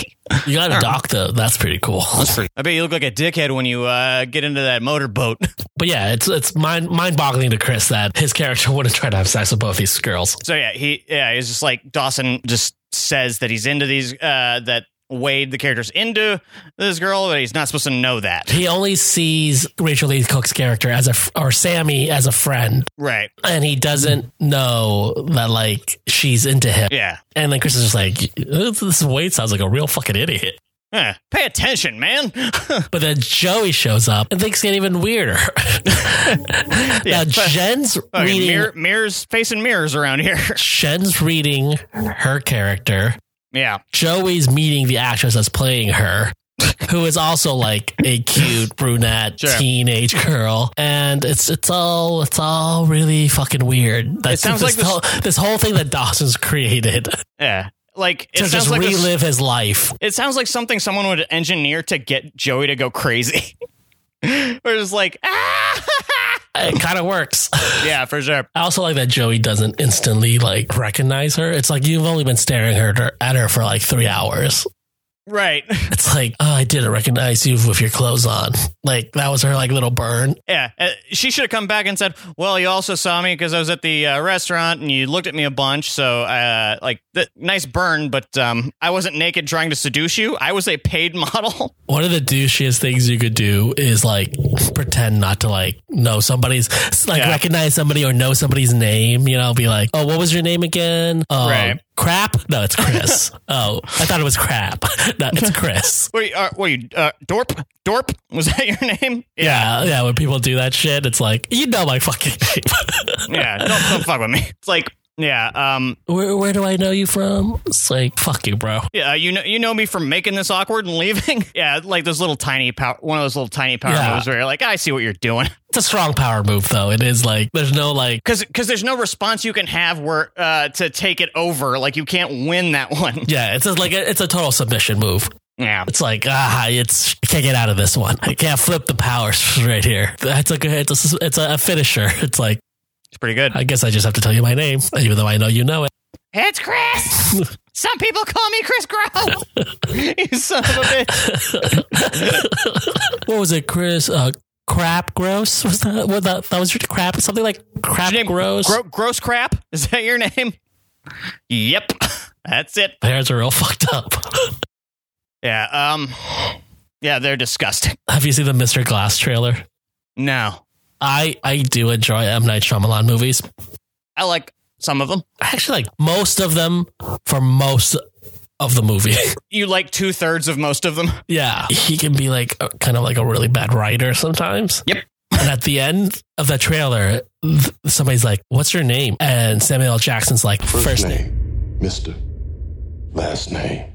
You got a dock though. That's pretty cool.
I bet you look like a dickhead when you uh, get into that motorboat. [laughs]
But yeah, it's it's mind mind boggling to Chris that his character [laughs] wouldn't try to have sex with both these girls.
so yeah, he yeah, he's just like Dawson just says that he's into these uh, that Wade the character's into this girl, but he's not supposed to know that.
He only sees Rachel Lee Cook's character as a f- or Sammy as a friend,
Right.
and he doesn't know that like she's into him.
Yeah.
And then Chris is just like, this this Wade sounds like a real fucking idiot.
Huh. Pay attention, man. [laughs]
But then Joey shows up and things get even weirder. [laughs] now
[laughs]
Jen's
Okay,
reading.
mirror, mirrors facing mirrors around here. [laughs]
Jen's reading her character
yeah.
Joey's meeting the actress that's playing her, who is also like a cute brunette
Sure.
teenage girl, and it's it's all it's all really fucking weird. That-
It sounds
this
like this-
whole, this whole thing that Dawson's created to
Yeah. Like it sounds
just
like this-
relive his life.
It sounds like something someone would engineer to get Joey to go crazy. [laughs] We're just like, ah! [laughs]
It kind of works.
yeah, for sure.
I also like that Joey doesn't instantly like recognize her. It's like you've only been staring her at her for like three hours.
Right. [laughs]
It's like oh, I didn't recognize you with your clothes on. Like that was her like little burn.
Yeah. Uh, she should have come back and said, well, you also saw me because I was at the uh, restaurant and you looked at me a bunch. So, uh, like, th- nice burn, but um, I wasn't naked trying to seduce you. I was a paid [laughs] model.
One of the douchiest things you could do is like pretend not to like know somebody's like
Yeah.
recognize somebody or know somebody's name. You know, be like, oh, what was your name again? Oh,
Right.
crap. No, it's
[laughs]
Chris. oh, I thought it was crap. [laughs] No, it's Chris.
Were you, uh, were you uh, Dorp? Dorp? Was that your name?
Yeah, yeah. When people do that shit, it's like you know my fucking name. [laughs]
Yeah. Don't, don't fuck with me. It's like, Yeah. Um.
Where, where do I know you from? It's like, fuck you, bro.
Yeah. uh, You know. You know me from making this awkward and leaving. [laughs] yeah. Like those little tiny power. One of those little tiny power
Yeah.
moves where you're like, I see what you're doing.
It's a strong power move, though. It is like, there's no like,
Because because there's no response you can have where uh to take it over. Like you can't win that [laughs] one.
yeah, it's a, like, a, it's a total submission move.
Yeah.
It's like, ah, it's, I can't get out of this one. I can't flip the power [laughs] right here. That's a good, it's a, it's a finisher. [laughs] It's like,
It's pretty [laughs] good.
I guess I just have to tell you my name, even though I know you know it.
It's [laughs] Chris. Some people call me Chris Grow. [laughs] you son of a bitch.
What was it, Chris? Uh, crap gross? Was that, what that, that was your crap? Something like crap
Your name-
gross?
Gro- gross crap. Is that your name? Yep. That's it.
My Parents are real [laughs] fucked up.
Yeah. Um. Yeah, they're disgusting.
have you seen the Mr. Glass trailer?
No,
I, I do enjoy M. Night Shyamalan movies.
I like some of them.
I actually like most of them for most of the movie. [laughs]
You like two thirds of most of them.
yeah. He can be like a, kind of like a really bad writer sometimes.
Yep.
And at the end of the trailer, th- somebody's like, What's your name? And Samuel L. Jackson's like, First, name.
Mister. Last name,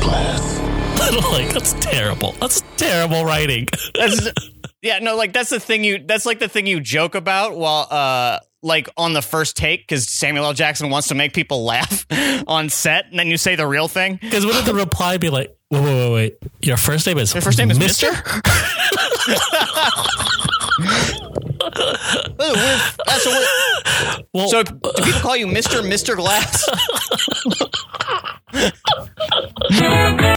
Glass.
[laughs] I'm like, that's terrible. That's terrible writing. [laughs]
That's, [laughs] yeah, no, like that's the thing you. That's like the thing you joke about while uh like on the first take because Samuel L. Jackson wants to make people [laughs] laugh on set, and then you say the real thing.
Because wouldn't the reply be like, Wait, wait, wait, wait. Your first name is
Your first name is Mister. Ooh, weird. That's a weird-
Well,
So, do people call you Mister Mister Glass?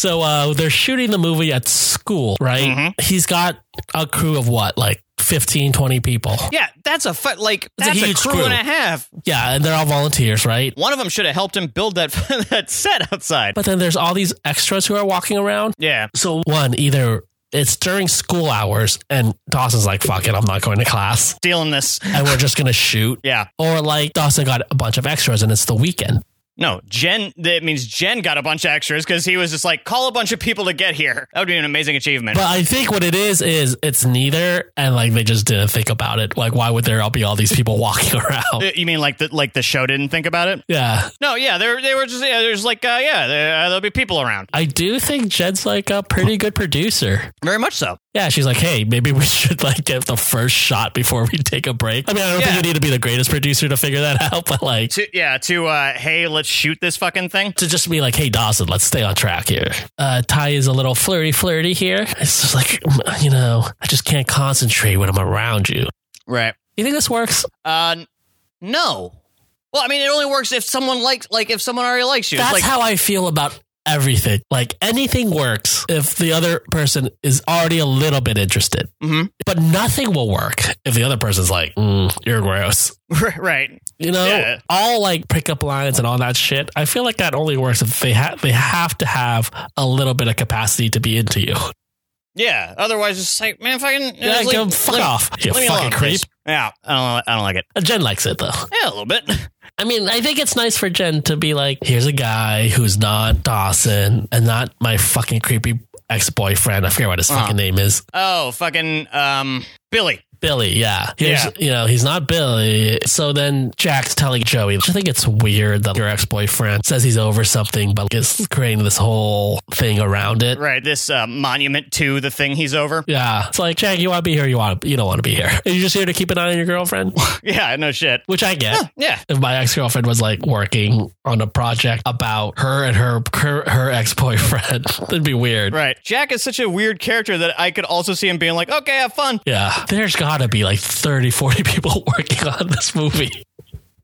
So uh, they're shooting the movie at school, right?
Mm-hmm.
He's got a crew of what, like 15, 20 people.
[laughs] Yeah, that's a fu- like
That's a
that's a
huge
crew and
crew.
a half.
Yeah, and they're all volunteers, right?
One of them should have helped him build that [laughs] that set outside.
But then there's all these extras who are walking around.
yeah,
So one, either it's during school hours and Dawson's like, fuck it, I'm not going to class
stealing this.
and we're just going to shoot.
Yeah,
Or like Dawson got a bunch of extras and it's the weekend.
no, Jen. That means Jen got a bunch of extras because he was just like, call a bunch of people to get here. That would be an amazing achievement.
But I think what it is, is it's neither. And like they just didn't think about it. Like, why would there all be all these people [laughs] walking around?
Uh, you mean like the like the show didn't think about it?
Yeah.
No, yeah, they were- they were just yeah, there's like uh, yeah, there, uh, there'll be people around.
I do think Jed's like a pretty good producer.
Very much so.
Yeah, she's like, hey, maybe we [laughs] should like get the first shot before we take a break. I mean, I don't
Yeah.
think you need to be the greatest producer to figure that [laughs] out, but like
To, yeah, to uh, hey, let's shoot this fucking thing.
to just be like, hey, Dawson, let's stay on track here. Uh, Ty is a little flirty, flirty here. It's just like, you know, I just can't concentrate when I'm around you.
Right.
You think this works?
Uh, n- no. Well, I mean, it only works if someone likes, like, if someone already likes you. It's
That's
like,
how I feel about everything. Like anything works if the other person is already a little bit interested,
Mhm.
but nothing will work if the other person's like, mm, you're gross.
[laughs] right?
You know,
Yeah.
all like pickup lines and all that shit. I feel like that only works if they have they have to have a little bit of capacity to be into you.
Yeah. Otherwise, it's like, man, fucking,
Yeah,
it's like,
go fuck off, you
me
fucking
alone,
creep.
please. Yeah, I don't, I don't like it.
Jen likes it though.
Yeah, a little bit. [laughs]
I mean, I think it's nice for Jen to be like, here's a guy who's not Dawson and not my fucking creepy ex boyfriend. I forget what his
Uh-huh.
fucking name is.
Oh, fucking, um, Billy.
Billy, yeah. Here's,
Yeah.
You know, he's not Billy. So then Jack's telling Joey, I think it's weird that your ex boyfriend says he's over something, but is creating this whole thing around it.
Right. This uh, monument to the thing
[laughs]
he's over.
Yeah, it's like Jack, you want to be here, you want to, you don't want to be here. You're just here to keep an eye on your [laughs] girlfriend,
yeah. No shit.
which I get.
Yeah.
If my ex girlfriend was like working on a project about her and her her, her ex boyfriend, [laughs] that'd be weird.
Right. Jack is such a weird character that I could also see him being like, okay, have fun.
Yeah, there's got to be like 30, 40 people [laughs] working on this movie.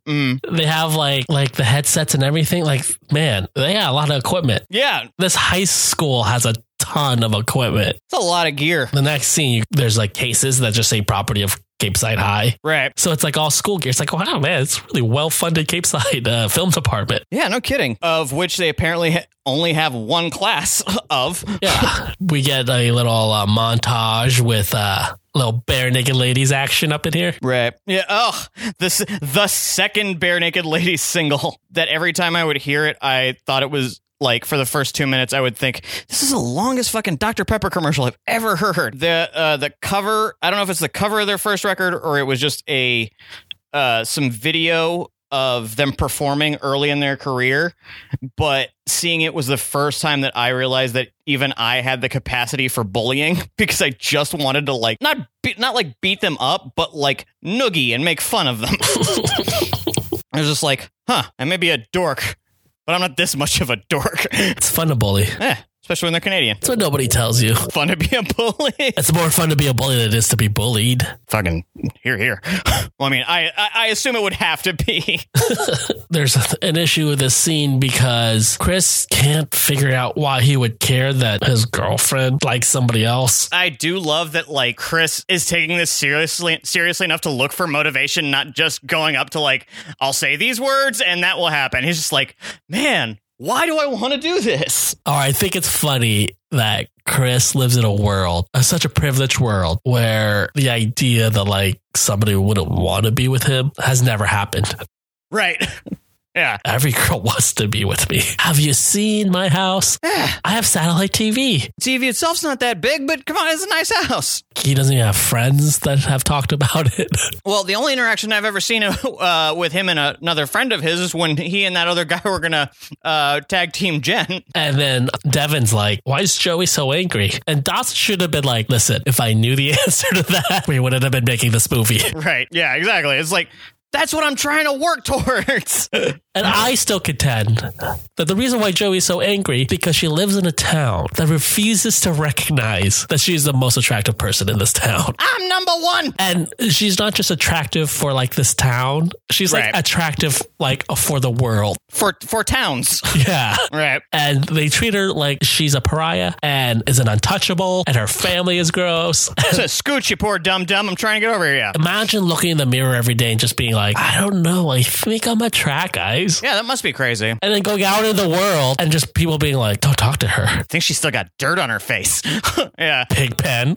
Mm.
They have like like the headsets and everything. Like, man, they got a lot of equipment.
Yeah. It's
This high school has a ton of equipment.
a lot of gear.
The next scene, you, there's like cases that just say property of Cape Side High.
Right.
So it's like all school gear. It's like, wow, man, it's really well funded Cape Side uh, film department.
Yeah. No kidding. Of which they apparently ha- only have one class [laughs] of.
Yeah. [laughs] we get a little uh, montage with uh, little bare naked ladies action up in here.
Right. Yeah. Oh, this the second bare naked lady single [laughs] that every time I would hear it, I thought it was like for the first two minutes, I would think this is the longest fucking Dr Pepper commercial I've ever heard. The uh, the cover. I don't know if it's the cover of their first record or it was just a uh, some video of them performing early in their career, but seeing it was the first time that I realized that even I had the capacity for bullying [laughs] because I just wanted to like not be, not like beat them up, but like noogie and make fun of them. [laughs] I was just like, huh, I may be a dork, but I'm not this much of a dork. [laughs]
It's fun to bully.
Eh, especially when they're Canadian. [laughs]
That's what nobody tells you.
Fun to be a bully. [laughs]
It's more fun to be a bully than it is to be bullied.
Fucking here, here. [laughs] Well, I mean, I, I I assume it would have to be.
There's an issue with this scene because Chris can't figure out why he would care that his girlfriend likes somebody else.
I do love that like Chris is taking this seriously seriously enough to look for motivation, not just going up to like, I'll say these words and that will happen. He's just like, man, why do I want to do this?
Or Oh, I think it's funny that Chris lives in a world, a, such a privileged world, where the idea that like somebody wouldn't want to be with him has never happened.
Right. [laughs] yeah.
Every girl [laughs] wants to be with me. Have you seen my house? I have satellite TV.
TV itself's not that big, but come on, it's a nice house.
He doesn't even have friends that have talked about [laughs] it.
Well, the only interaction I've ever seen [laughs] uh, with him and another friend of his is when he and that other guy [laughs] were gonna uh, tag team Jen.
And then Devin's like, why is Joey so angry? And Dawson should have been like, listen, if I knew the [laughs] answer to that, we wouldn't have been making this movie.
Right. Yeah. Exactly. It's like that's what I'm trying to work [laughs] towards.
And I still contend that the reason why Joey's so angry because she lives in a town that refuses to recognize that she's the most attractive person in this town.
I'm number one.
And she's not just attractive for like this town. She's like
Right.
attractive like for the world. [laughs]
for for towns.
Yeah.
Right.
And they treat her like she's a pariah and is an untouchable and her family is gross. [laughs]
So scooch, you poor dumb dumb. I'm trying to get over here. Yeah.
Imagine looking in the mirror every day and just being like, I don't know. I think I'm a track guys.
Yeah, that must be crazy. I
And then going out in the world and just people being like, don't talk to her.
think she's still got dirt on her face. [laughs]
[laughs]
yeah.
Pig pen.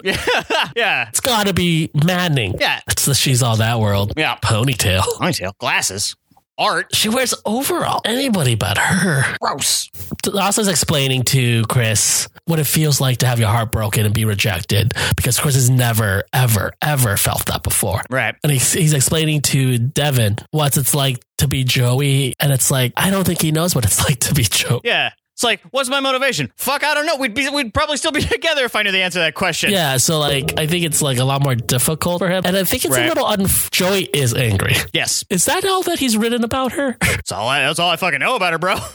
Yeah.
It's got to be maddening.
Yeah.
It's the she's all that world.
Yeah.
Ponytail.
Ponytail, glasses, art.
She wears overall. Anybody but her.
Gross.
Dawson's explaining to Chris what it feels like to have your heart broken and be rejected because Chris has never, ever, ever felt that before.
Right.
And he's, he's explaining to Devin what it's like to be Joey. And it's like, I don't think he knows what it's [laughs] like to be Joey.
Yeah. It's like, what's my motivation? Fuck, I don't know. We'd be, we'd probably still be [laughs] together if I knew the answer to that question.
Yeah, so like I think it's like a lot more difficult for him, and I think it's a
Right.
little un. Joey is angry.
Yes.
Is that all that he's written about her? [laughs]
That's all. I, that's all I fucking know about her, bro. [laughs]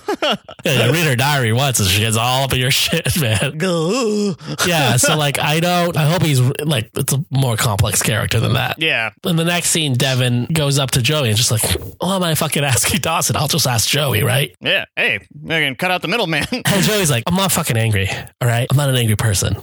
Yeah, you read her diary once and she gets all up in your shit, man. Yeah, so like I don't I hope he's like it's a more complex character than that.
yeah.
In the next scene, Devin goes up to Joey and just like, why am I fucking asking Dawson? I'll just ask Joey, right?
Yeah. Hey, I can cut out the middleman. [laughs]
And Joey's like, I'm not fucking angry, all right? I'm not an angry person.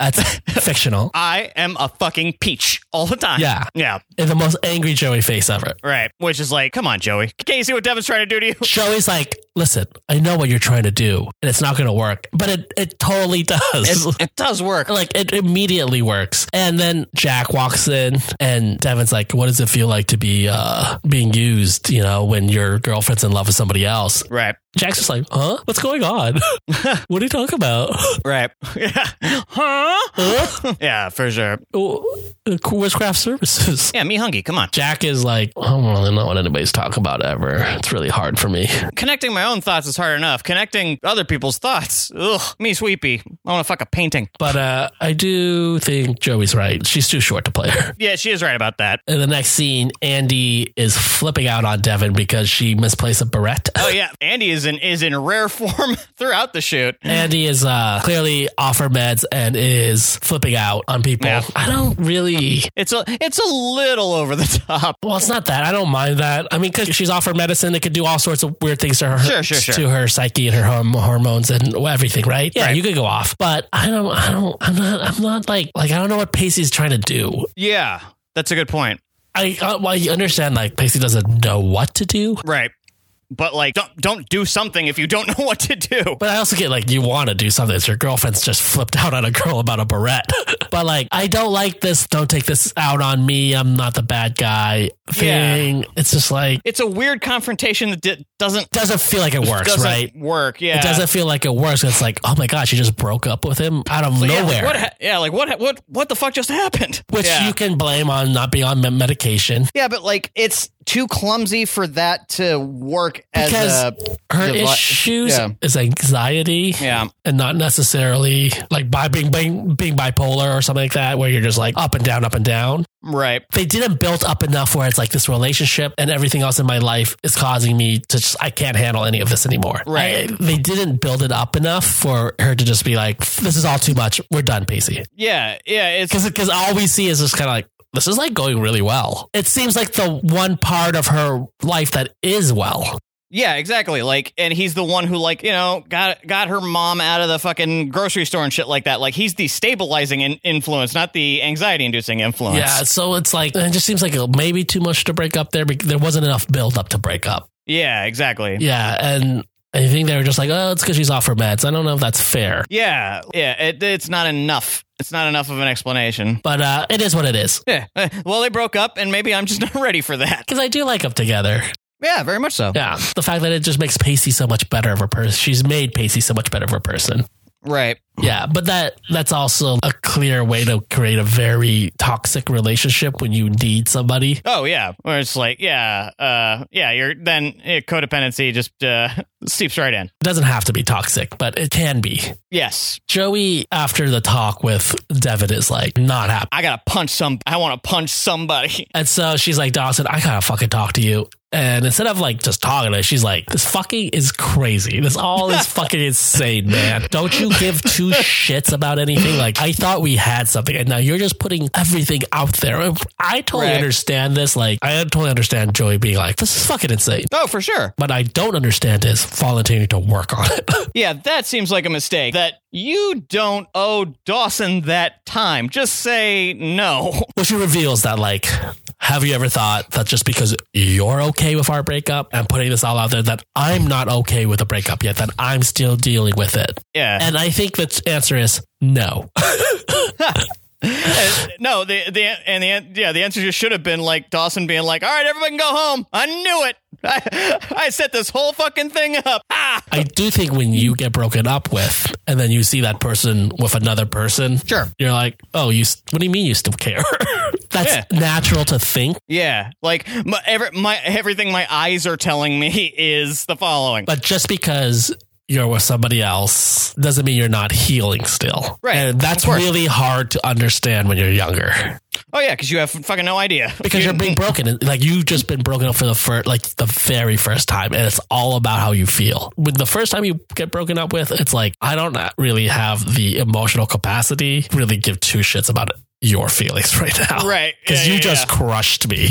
That's fictional.
I am a fucking peach all the time.
Yeah.
Yeah.
And the most angry Joey face ever.
Right. Which is like, come on, Joey. Can't you see what Devin's trying to do to you?
Joey's like, listen, I know what you're trying to do, and it's not going to work, but it, it totally does.
it does work.
like it immediately works and then jack walks in and devin's like what does it feel like to be uh being used you know when your girlfriend's in love with somebody else
Right.
jack's just like huh what's going on [laughs] what do you talk about
Right. [laughs] Yeah. Huh? [laughs] yeah, for sure.
where's craft services [laughs]
Yeah, me hungry. Come on.
jack is like i don't really know what anybody's talking about ever it's really hard for me
Connecting my own thoughts is hard enough. Connecting other people's thoughts. Ugh. Me sweepy. I want to fuck a painting.
but uh i do think joey's right she's too short to play her
Yeah, she is right about that.
in the next scene andy is flipping out on devin because she misplaced a barrette [laughs]
Oh yeah, Andy is in is in rare [laughs] form throughout the shoot.
Andy is uh, clearly off her meds and is flipping out on people.
Yeah.
I don't really.
It's a it's a little over the top.
Well, it's not that. I don't mind that. I mean, because she's off her medicine, it could do all sorts of weird things to her,
Sure, sure, sure.
to her psyche and her horm- hormones and everything, right? Yeah,
Right.
you could go off, but I don't. I don't. I'm not. I'm not like like I don't know what Pacey's trying to do.
Yeah, that's a good point.
I uh, well, you understand like Pacey doesn't know what to do,
Right. But like, don't don't do something if you don't [laughs] know what to do.
But I also get like you want to do something. It's your girlfriend's just flipped out on a girl about a barrette. [laughs] but like I don't like this. Don't take this out on me. I'm not the bad guy thing. It's just like
It's a weird confrontation that d- doesn't
doesn't feel like it works,
doesn't
right?
work. Yeah,
It doesn't feel like it works. It's like oh my god, she just broke up with him out of
Yeah,
nowhere.
like what? Ha- yeah, like what? ha- [laughs] What? What the fuck just happened?
which
yeah.
you can blame on not being on med- medication.
Yeah, but like it's too clumsy for that to work as
Because
a
her
devi-
issues
Yeah.
is anxiety
Yeah.
and not necessarily like by being, being being bipolar or something like that where you're just like up and down up and down
Right.
they didn't build up enough where it's like this relationship and everything else in my life is causing me to just I can't handle any of this anymore.
Right.
I- they didn't build it up enough for her to just be like, this is all too much. We're done, PC.
Yeah. Yeah. It's
Because because all we see is just kind of like this is like going really well. It seems like the one part of her life that is well.
Yeah, exactly. Like, and he's the one who, like, you know, got got her mom out of the fucking grocery store and shit like that. Like, he's the stabilizing in- influence, not the anxiety inducing influence.
Yeah, so it's like it just seems like uh, maybe too much to break up there. But there wasn't enough build up to break up.
Yeah, exactly. Yeah.
Yeah, and I think they were just like, oh, it's because she's off her meds. I don't know if that's fair,
Yeah. it, it's not enough. It's not enough of an explanation.
but uh, it is what it is.
Yeah. eh, [laughs] Well, they broke up, and maybe I'm just [laughs] not ready for that.
Because I do like them together.
Yeah, very much so.
Yeah. The fact that it just makes Pacey so much better of a person. She's made Pacey so much better of a person.
Right.
Yeah. But that that's also a clear way to create a very toxic relationship when you need somebody.
Oh yeah, where it's like, yeah, uh, yeah, you're then eh, codependency just uh, [laughs] seeps right in.
It doesn't have to be toxic, but it can be.
Yes,
Joey, after the talk with Devin, is like, not happy.
I gotta punch some. I want to punch somebody. [laughs]
And so she's like, Dawson, I gotta fucking talk to you. And instead of like just talking to her, she's like, this fucking is crazy. This all is fucking insane, man. Don't you give two shits about anything? Like, I thought we had something, and now you're just putting everything out there. I totally
Right.
understand this. Like, I totally understand Joey being like, this is fucking insane.
Oh, for sure.
What I don't understand is volunteering to work on it. [laughs]
Yeah, that seems like a mistake. That you don't owe Dawson that time. Just say no. [laughs]
Well, she reveals that, like, have you ever thought that just because you're okay with our breakup and putting this all out there, that I'm not okay with the breakup yet, that I'm still dealing with it?
Yeah.
And I think the answer is no. [laughs]
Uh, no, the the and the an- yeah, the answer just should have been like Dawson being like, "All right, everybody can go home. I knew it. [laughs] I, I set this whole fucking thing up." Ah.
I do think when you get broken up with and then you see that person with another person,
Sure.
you're like, oh, you, s- what do you mean you still care? [laughs] That's
Yeah.
natural to think,
Yeah. Like my, every, my everything my eyes are telling me [laughs] is the following.
but just because you're with somebody else doesn't mean you're not healing still.
Right.
And that's
Of course.
really hard to understand when you're younger.
oh yeah, because you have fucking no idea.
[laughs] because
You-
you're being broken and like you've just been broken up for the first like the very first time and it's all about how you feel when the first time you get broken up with it's like i don't really have the emotional capacity to really give two shits about your feelings [laughs] right now
[laughs] Right.
because
Yeah,
you
yeah,
just crushed me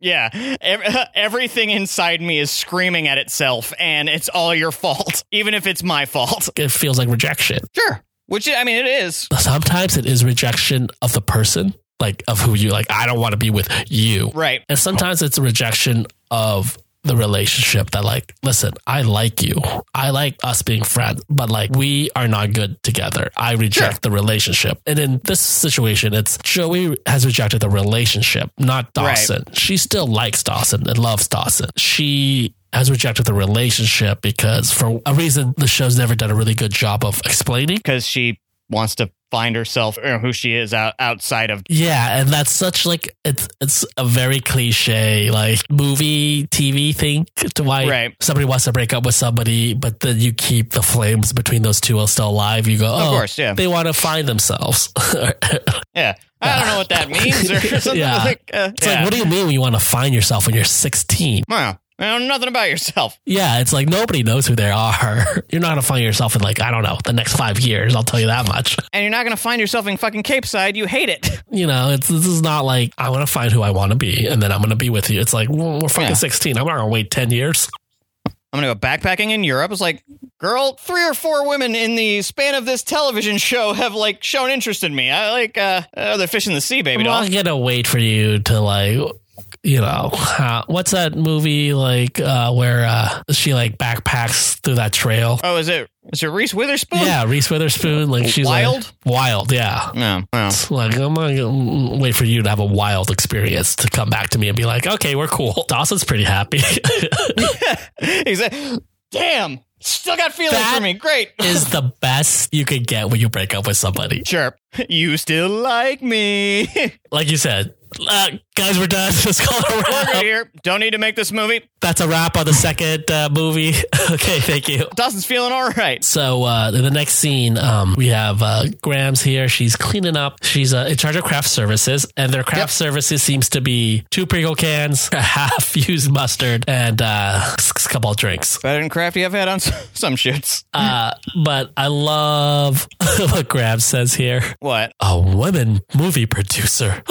Yeah, Ev- [laughs] everything inside me is screaming at itself, and it's all your fault, [laughs] even if it's
[laughs]
my fault.
it feels like rejection
Sure. Which I mean, it is.
sometimes it is rejection of the person like of who you like i don't want to be with you
Right.
and sometimes it's a rejection of the relationship that like listen i like you i like us being friends but like we are not good together i reject
Sure.
the relationship and in this situation it's joey has rejected the relationship not
Right.
dawson she still likes dawson and loves dawson she has rejected the relationship because for a reason the show's never done a really good job of explaining
Because she wants to find herself or who she is out, outside of.
Yeah, and that's such like it's it's a very cliche like movie TV thing to why
Right.
somebody wants to break up with somebody, but then you keep the flames between those two are still alive. You go, oh,
Of course, yeah.
they want to find themselves. [laughs] it's
Yeah. I don't know
[laughs]
what that means or [laughs] something
Yeah.
like. Uh, yeah.
like, what do you mean when you want to find yourself when you're 16?
Wow. I know nothing about yourself.
Yeah, it's like nobody knows who they are. [laughs] You're not gonna find yourself in like I don't know the next five years. I'll tell you that much. [laughs]
And you're not going to find yourself in fucking Cape Side. You hate it.
You know, it's, this is not like I want to find who I want to be and then I'm gonna be with you. It's like well, we're fucking
Yeah.
16. I'm not gonna wait 10 years.
I'm going to go backpacking in Europe. It's like, girl, three or four women in the span of this television show have like shown interest in me. I like, uh, uh they're fishing the sea, baby
I'm
doll.
not gonna wait for you to like, you know, uh, what's that movie like uh, where uh, she like backpacks through that trail?
Oh, is it is it Reese Witherspoon?
Yeah, Reese Witherspoon, like she's like-
Wild?
wild, yeah.
[laughs] No. no.
It's Like I'm not gonna wait for you to have a wild experience to come back to me and be like, okay, we're cool. [laughs] Dawson's pretty happy.
He's like, damn, still got feelings
That-
for me. Great.
is the best you could get when you
[laughs]
break up with somebody.
Sure. You still like me. [laughs]
Like you said, uh, Guys, we're done. [laughs] Let's call it a
We're good
wrap.
here. Don't need to make this movie.
That's a wrap on the second uh, movie. [laughs] okay, thank you.
Dawson's feeling all right.
So uh, the next scene, um, we have uh, Graham's here. She's cleaning up. She's uh, in charge of craft services, and their craft services seems to be two Prego cans, [laughs] a half used mustard, and uh, a couple of drinks.
Better than crafty I've had on s- [laughs] some shoots.
Uh, but I love [laughs] what Graham says here.
What?
A woman movie [laughs] producer.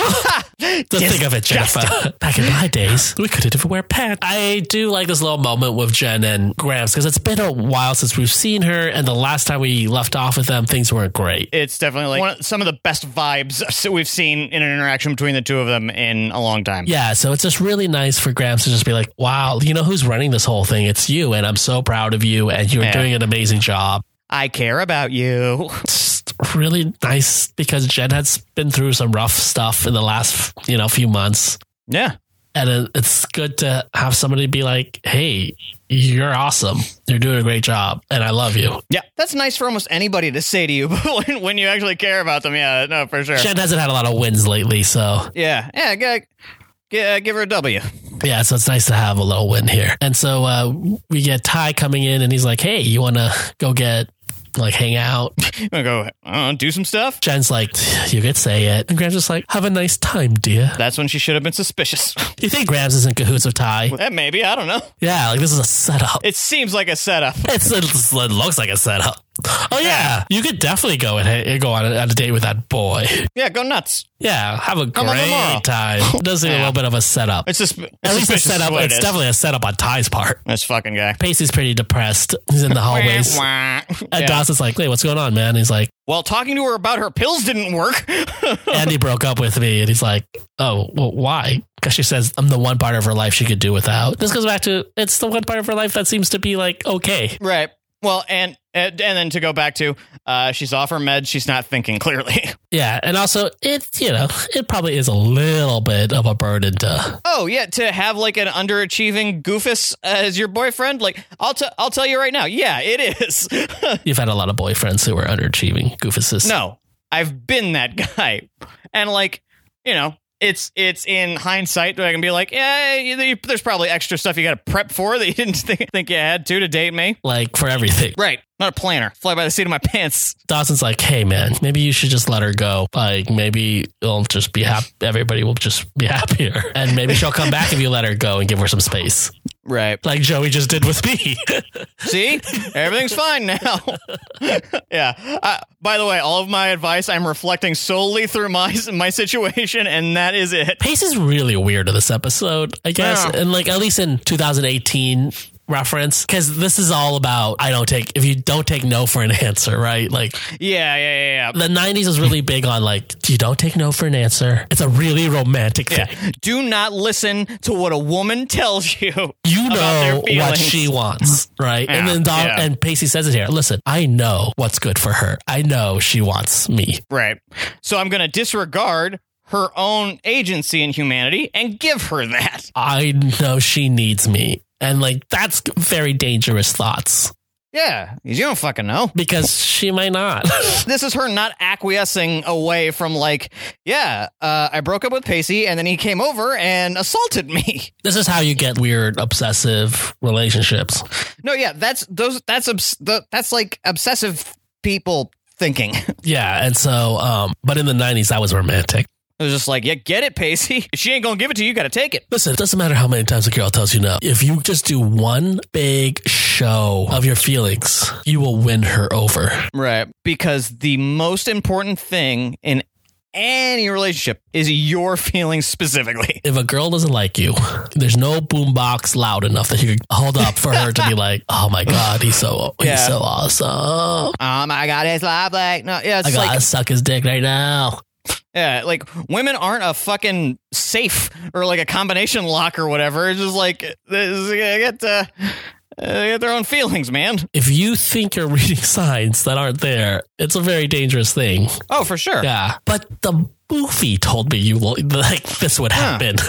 Just think of it, Jennifer. Back in my days, we couldn't even wear pants. I do like this little moment with Jen and Grams because it's been a while since we've seen her, and the last time we left off with them, things weren't great.
It's definitely like one of, some of the best vibes [laughs] s- we've seen in an interaction between the two of them in a long time.
Yeah, so it's just really nice for Grams to just be like, "Wow, you know who's running this whole thing? It's you, and I'm so proud of you, and you're
Yeah.
doing an amazing job."
I care about you. [laughs]
It's really nice because Jen has been through some rough stuff in the last, you know, few months.
Yeah.
and it, it's good to have somebody be like, "Hey, you're awesome. You're doing a great job, and I love you."
Yeah. That's nice for almost anybody to say to you, [laughs] but when, when you actually care about them, yeah, no, for sure.
Jen hasn't had a lot of wins lately, so
Yeah. Yeah. G- g- uh, give her a [laughs] W.
yeah, so it's nice to have a little win here. And so uh, we get Ty coming in, and he's like, "Hey, you want to go get?" Like hang out.
I'm gonna go uh, do some stuff.
Jen's like, you could say it. And Graham's just like, have a nice time, dear.
That's when she should have been suspicious. [laughs]
You think Graham's is in cahoots with Ty?
Eh, Maybe I don't know.
Yeah, like this is a setup.
It seems like a setup.
It's, it's, it looks like a setup. Oh yeah, you could definitely go and go on a, on a date with that boy.
Yeah, go nuts.
Yeah, have a
Come on tomorrow.
great
[laughs]
time. It does seem a
Yeah.
little bit of a setup.
It's just
At least a
up.
setup. It's definitely a setup on Ty's part.
this fucking guy.
Pacey's pretty depressed. He's
[laughs]
in the hallways. And
Yeah.
Dawson's like, "Wait, what's going on, man?" He's
[laughs]
like,
Well, talking to her about her pills didn't work. [laughs]
"Andy broke up with me," and he's like, "Oh, well, why?" Because she says, "I'm the one part of her life she could do without." This goes back to it's the one part of her life that seems to be like okay.
right. Well, and, and and then to go back to, uh, she's off her meds. She's not thinking clearly.
Yeah, and also it's you know it probably is a little bit of a burden to
Oh yeah, to have like an underachieving goofus as your boyfriend. Like I'll t- I'll tell you right now. Yeah, it is. [laughs]
you've had a lot of boyfriends who were underachieving goofuses.
no, I've been that guy, and like you know. It's it's in hindsight that I can be like, yeah, you, you- there's probably extra stuff you got to prep for that you didn't [laughs] think, think you had to to date me.
like for everything.
Right, not a planner. Fly by the seat of my pants.
Dawson's like, hey man, maybe you should just let her go. Like maybe it'll just be happy. Everybody will just be [laughs] happier, and maybe she'll come back if you let her go and give her some space,
Right.
like Joey just did with me. [laughs]
See, everything's fine now. [laughs] yeah. Uh, by the way, all of my advice I'm reflecting solely through my my situation, and that is it.
Pace is really weird in this episode, I guess,
Yeah.
and like at least in 2018 reference, because this is all about I don't take if you don't take no for an answer, right? Like
Yeah, yeah, yeah, yeah.
the 90s was really big on like you don't take no for an answer. It's a really romantic thing.
Do not listen to what a woman tells [laughs] you.
you
about
know
their
what
feelings.
she
[laughs]
wants, right? and
Yeah,
then Dom,
yeah.
and Pacey says it here. Listen, I know what's good for her. I know she wants me.
Right. So I'm going to disregard her own agency in humanity and give her that.
I know she needs me. And like that's very dangerous thoughts
Yeah, 'cause you don't fucking know.
because she might not.
[laughs]
[laughs]
This is her not acquiescing away from like, yeah, uh, I broke up with Pacey and then he came over and assaulted me. [laughs]
this is how you get weird obsessive relationships.
No, yeah, that's those. That's obs- the, that's like obsessive people thinking. [laughs] It
Yeah, and so um but in the 90s that was romantic.
was just like, yeah, get it, Pacey. If she ain't gonna give it to you, you gotta take it.
Listen, it doesn't matter how many times a girl tells you no. If you just do one big show of your feelings, you will win her over.
Right, because the most important thing in any relationship is your [laughs] feelings specifically.
if a girl doesn't like you, there's no boombox loud enough that you could hold up for her
[laughs]
to be like, "Oh my god, he's so he's
Yeah.
so awesome.
Oh my god, it's live like no, yeah,
I
it's
gotta
like
suck his dick right now."
yeah, like women aren't a fucking safe or like a combination lock or whatever. It's just like they they get uh, they get their own feelings, man.
If you think you're [laughs] reading signs that aren't there, it's a very dangerous thing.
Oh, for sure.
Yeah, but the movie told me you will, [laughs] like this would happen. [laughs]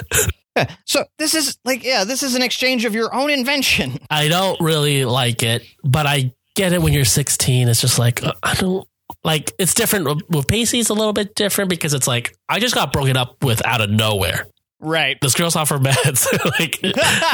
Yeah. So this is like, yeah, this is an exchange of your own invention.
I don't really like it, but I get it when you're 16. It's just like, uh, I don't like it's different with Pacey's a little bit different because it's like, I just got broken up with out of nowhere.
[laughs] Right.
This girl's off her [laughs] meds.
[laughs]
like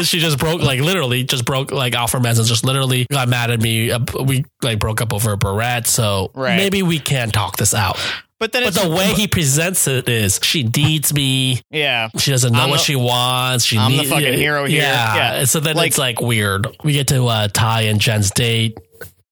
she just broke, like literally just broke like off her meds and just literally got mad at me. Uh, We like broke up over a barrette. So
Right.
maybe we can talk this out.
But then
But
it's
the way he presents it is she deeds me.
[laughs] Yeah.
She doesn't know
I'm
what
the-
she wants. She
I'm the
need-
fucking
yeah,
hero here.
Yeah.
Yeah.
So then
Like-
it's like weird. We get to uh, Ty and Jen's date,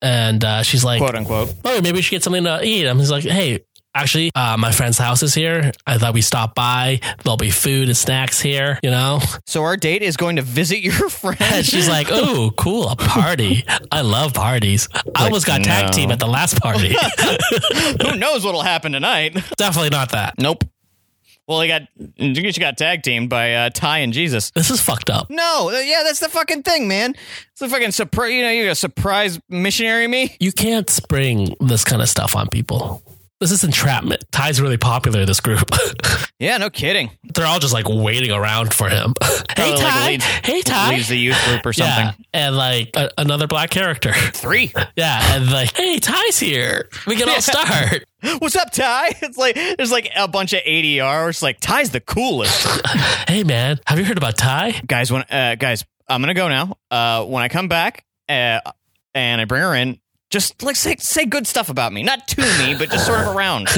and uh, she's like,
Quote unquote.
"Oh, maybe we should get something to eat." I'm just like, "Hey." Actually, uh, my friend's house is here. I thought we stopped by. There'll be food and snacks here, you know?
So our date is going to visit your [laughs] friend.
And she's like, "Oh, cool, a party! I love parties. I almost got
no.
tag team at the last
[laughs]
party.
Who knows what'll happen tonight?
Definitely not that.
Nope. Well, he got she got tag teamed by uh, Ty and Jesus.
This is fucked up.
No, th- yeah, that's the fucking thing, man. It's a fucking surprise. You know, you're a surprise missionary me.
You can't spring this kind of stuff on people. This is entrapment. Ty's really popular. This group, [laughs]
Yeah, no kidding.
they're all just like waiting around for him. [laughs] hey
Probably, like,
Ty,
leads-
hey Ty,
Leaves the youth group or something.
yeah, and like a, another black character. [laughs]
Three.
Yeah, and like, hey Ty's here. We
[laughs]
can all start.
What's up, Ty? [laughs] It's like there's like a bunch of ADR. It's like Ty's the coolest.
hey man, have you heard about Ty?
guys, when uh, guys, I'm gonna go now. Uh, when I come back, uh, and I bring her in, just like say say good stuff about me, not to me, but just sort of around.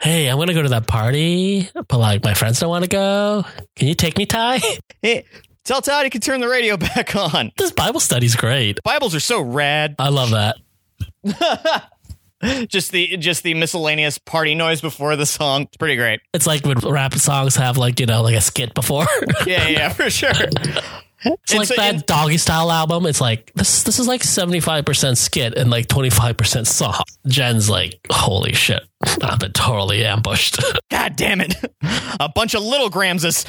Hey, I'm gonna go to that party, but like my friends don't want to go. Can you take me, Ty? [laughs]
Hey, tell Todd he can turn the radio [laughs] back on.
this Bible study's great.
Bibles are so rad.
I love that.
Just the just the miscellaneous party noise before the song. It's pretty great.
It's like when rap songs have like you know like a skit before. [laughs]
Yeah, yeah, [laughs] yeah, for sure.
It's like that doggy style album. It's like this. This is like seventy five percent skit and like twenty five percent song. Jen's like, holy shit, I've been totally ambushed. [laughs]
God damn it. A bunch of little Gramses.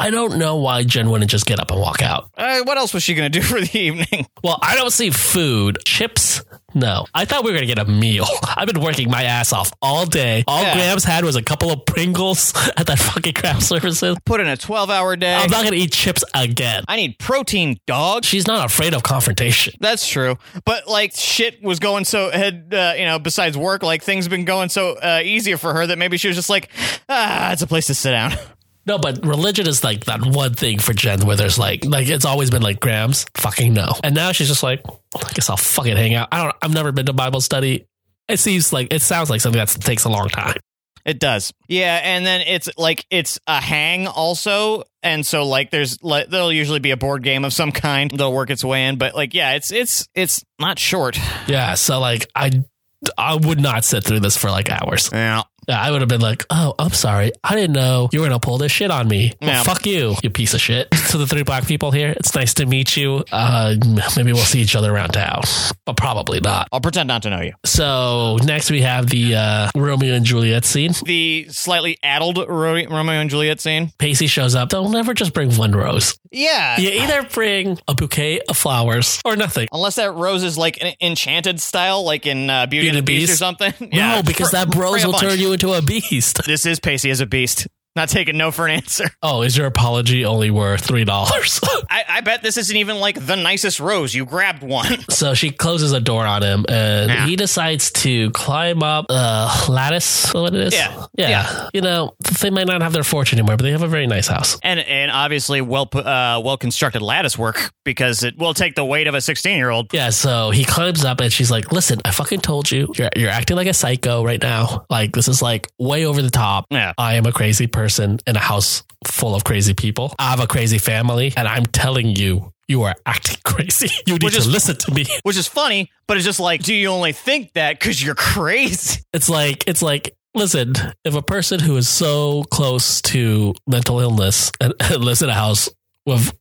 I don't know why Jen wouldn't just get up and walk out.
Uh, what else was she going to do for the evening?
Well, I don't see food, chips. No, I thought we were gonna get a meal. [laughs] I've been working my ass off all day. All
Yeah.
Grams had was a couple of Pringles [laughs] at that fucking craft services.
Put in a 12 hour day.
I'm not gonna eat chips again.
I need protein, dog.
She's not afraid of confrontation.
That's true. But like shit was going so had uh, you know besides work like things have been going so uh, easier for her that maybe she was just like ah it's a place to sit down. [laughs]
No, but religion is like that one thing for Jen where there's like, like it's always been like Grams, fucking no. And now she's just like, I guess I'll fucking hang out. I don't, I've never been to Bible study. It seems like, it sounds like something that takes a long time.
It does. Yeah, and then it's like it's a hang also, and so like there's like, there'll usually be a board game of some kind that'll work its way in, but like yeah, it's it's it's not short.
Yeah. So like, I, I would not sit through this for like hours.
Yeah.
Yeah, I would have been like, oh, I'm sorry. I didn't know you were going to pull this shit on me. Well,
Yeah.
fuck you, you piece of shit. [laughs] to the three black people here, it's nice to meet you. Uh, maybe we'll see each other around town, but probably not.
I'll pretend not to know you.
So next we have the uh, Romeo and Juliet scene.
The slightly addled Ro- Romeo and Juliet scene.
Pacey shows up. They'll never just bring one rose.
Yeah.
You either bring a bouquet of flowers or nothing.
Unless that rose is like an enchanted style, like in uh, Beauty, and the Beast, or something. [laughs]
no, because
Fr-
that
bring
rose
a
will
bunch.
turn you into a beast.
This is Pacey as a beast. Not taking no for an answer. [laughs]
Oh, is your apology only worth three dollars? [laughs]
I, I bet this isn't even like the nicest rose. You grabbed one.
so she closes a door on him, and
Yeah.
he decides to climb up a lattice. Is that What it is?
Yeah.
yeah,
Yeah.
You know, they might not have their fortune anymore, but they have a very nice house.
and and obviously well pu- uh, well constructed lattice work because it will take the weight of a 16 year old
Yeah, so he climbs up and she's like, "Listen, I fucking told you, you're, you're acting like a psycho right now. Like this is like way over the top.
Yeah.
I am a crazy person in a house full of crazy people. I have a crazy family, and I'm telling you, you are acting [laughs] crazy. You need
Which is-
to listen to me.
which is funny but it's just like do you only think that because you're crazy [laughs]
It's like it's like." Listen, if a person who is so close to mental illness [laughs] and, and lives in a house with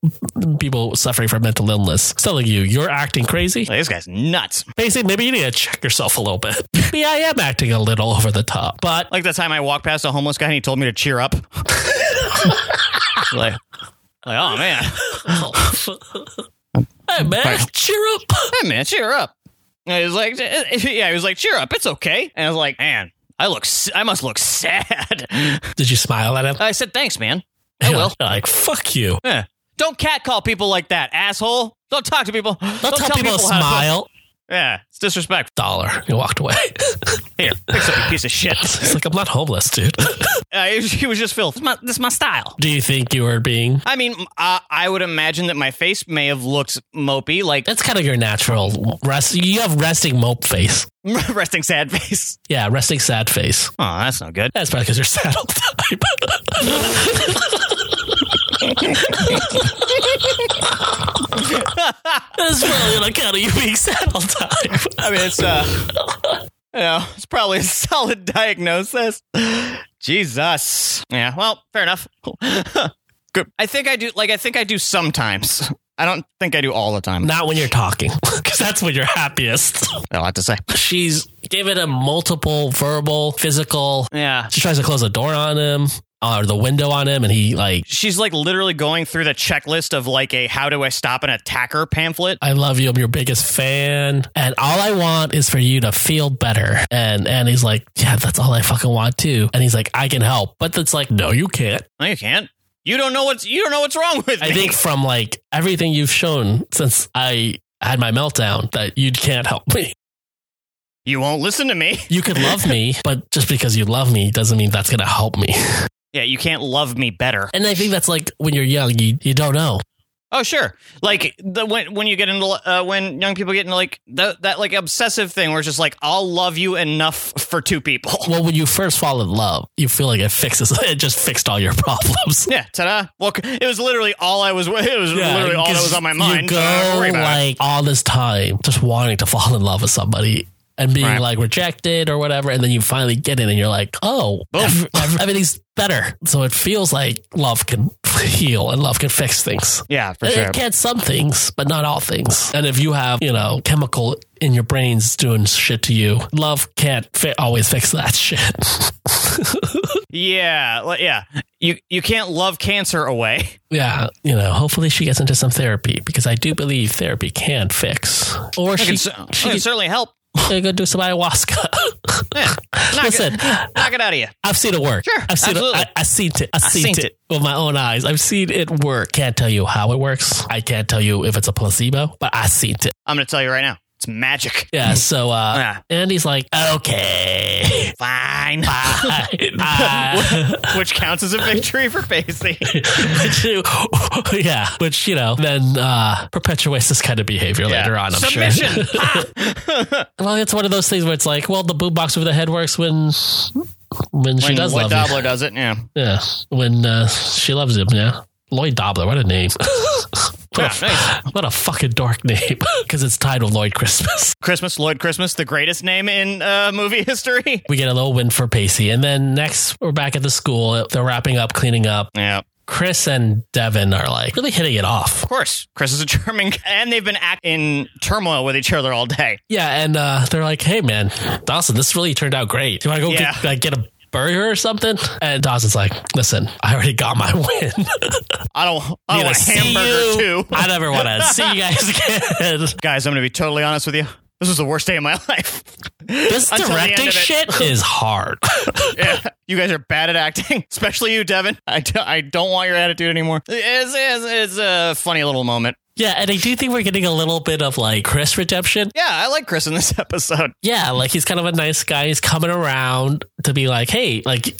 people suffering from mental illness, is telling you you're acting crazy,
Like, this guy's nuts
Basically, maybe you need to check yourself a little bit. [laughs] Maybe I am acting a little over the top, but
like the time i walked past a homeless guy and he told me to cheer up [laughs] like, like oh man
hey man,
Fine.
cheer up. [laughs]
hey man cheer up and he was like [laughs] yeah he was like cheer up it's okay and i was like man i look s- i must look sad [laughs]
Did you smile at him?
i said thanks man i will
You're Like fuck you.
Yeah. Don't catcall people like that, asshole. Don't talk to people.
[laughs]
Don't,
Don't, tell people, to
how
smile.
Yeah, it's disrespect.
Dollar. He walked away. [laughs]
Here, fix up, you piece of shit. [laughs]
He's like, I'm not homeless, dude. [laughs]
Uh, he was- he was just filth. This is my, this is my style.
Do you think you were being.
I mean, I, I would imagine that my face may have looked mopey, [laughs] like
That's kind of your natural rest. You have resting mope face.
resting sad face.
Yeah, resting sad face.
Oh, that's no good.
That's probably because you're sad all the time. That's probably on account of you being sad all the time.
I mean, it's uh, [laughs] you know, it's probably a solid diagnosis. Jesus. Yeah. Well, fair enough. [laughs] Good. I think I do. Like, I think I do sometimes. I don't think I do all the time.
Not when you're talking, because that's when you're happiest.
A lot to say.
She's given him multiple verbal, physical.
Yeah.
She tries to close the door on him or the window on him, and he like,
She's like literally going through the checklist of like a how do I stop an attacker pamphlet.
I love you. I'm your biggest fan, and all I want is for you to feel better. And and he's like, yeah, that's all I fucking want too. And he's like, I can help, but it's like, no, you can't.
No, you can't. You don't know what's you don't know what's wrong with me.
I think from like everything you've shown since I had my meltdown that you can't help me.
[laughs]
[laughs]
you won't listen to me.
You could love me, but just because you love me doesn't mean that's going to help me. [laughs]
Yeah, you can't love me better.
And I think that's like when you're young, you, you don't know.
Oh sure, like the when when you get into uh, when young people get into like that that like obsessive thing where it's just like I'll love you enough for
[laughs]
two people. [laughs]
Well, when you first fall in love, you feel like it fixes, [laughs] it just fixed all your [laughs] problems.
Yeah, ta-da! Well, c- it was literally all I was. [laughs] It was literally all that was on my mind.
You
so I don't
go
worry about it.
like all this time just wanting to fall in love with somebody and being
Right.
like rejected or whatever, and then you finally get in and you're like, oh,
Boom. [laughs]
ev- ev- everything's better. So it feels like love can [laughs] heal and love can fix things.
yeah, for
And
sure.
It can some things, but not all things. And if you have, you know, chemical in your brains doing shit to you, love can't fi- always fix that [laughs] shit.
Yeah, like, yeah. You you can't love cancer away. [laughs]
yeah, you know, hopefully she gets into some therapy because I do believe therapy can fix. Or
I
she,
can,
she,
cer- I can certainly help.
can go do some
[laughs]
ayahuasca.
Yeah, knock
Listen.
it, knock it out of you.
I've seen it work.
Sure,
I've seen
absolutely.
it. I, I've seen it. I've seen, it,
seen it.
with my own eyes. I've seen it work. Can't tell you how it works. I can't tell you if it's a placebo, but I've seen it.
I'm gonna tell you right now, it's magic.
Yeah. So uh,
Hmm. Yeah.
Andy's like,
[laughs]
okay. [laughs]
Fine.
Uh,
Which counts as a victory for
[laughs]
Pacey.
which, [laughs] yeah, which you know, then uh, perpetuates this kind of behavior later on. I'm sure. [laughs]
Submission. Ah!
Well, it's one of those things where it's like, well, the boom box over the head works when when she
when
does
Lloyd
love him.
Dobler does it, yeah.
Yeah, when uh, she loves him. Yeah, Lloyd Dobler. What a name. [laughs]
Yeah,
what, a,
nice.
what a fucking dark name [laughs] because it's titled Lloyd Christmas. [laughs]
Christmas, Lloyd Christmas, the greatest name in uh, movie [laughs] history.
We get a little win for Pacey, and then next we're back at the school. They're wrapping up, cleaning up.
Yeah, of
Chris and Devin are like really hitting it off.
course. Chris is a German, and they've been act- in turmoil with each other all day.
Yeah, and uh, they're like, "Hey, man, Dawson, this really turned out great. Do you want to go
Yeah.
get, like get a burger or something?" And Dawson's like, "Listen, I already got my [laughs] win.
I don't. Oh, I
Need
don't
to
want a
see
hamburger
you.
too.
[laughs] I never want to see you guys
[laughs]
again."
Guys, I'm gonna be totally honest with you. This was the worst day of my [laughs] life.
This
Until the end
directing
of it.
shit is hard. [laughs]
Yeah, you guys are bad at acting, [laughs] especially you, Devin. I, do, I don't want your attitude anymore. It's, it's, it's a funny little moment.
yeah, and I do think we're getting a little bit of like Chris redemption.
Yeah, I like Chris in this [laughs] episode.
Yeah, like he's kind of a nice guy. He's coming around to be like, hey, like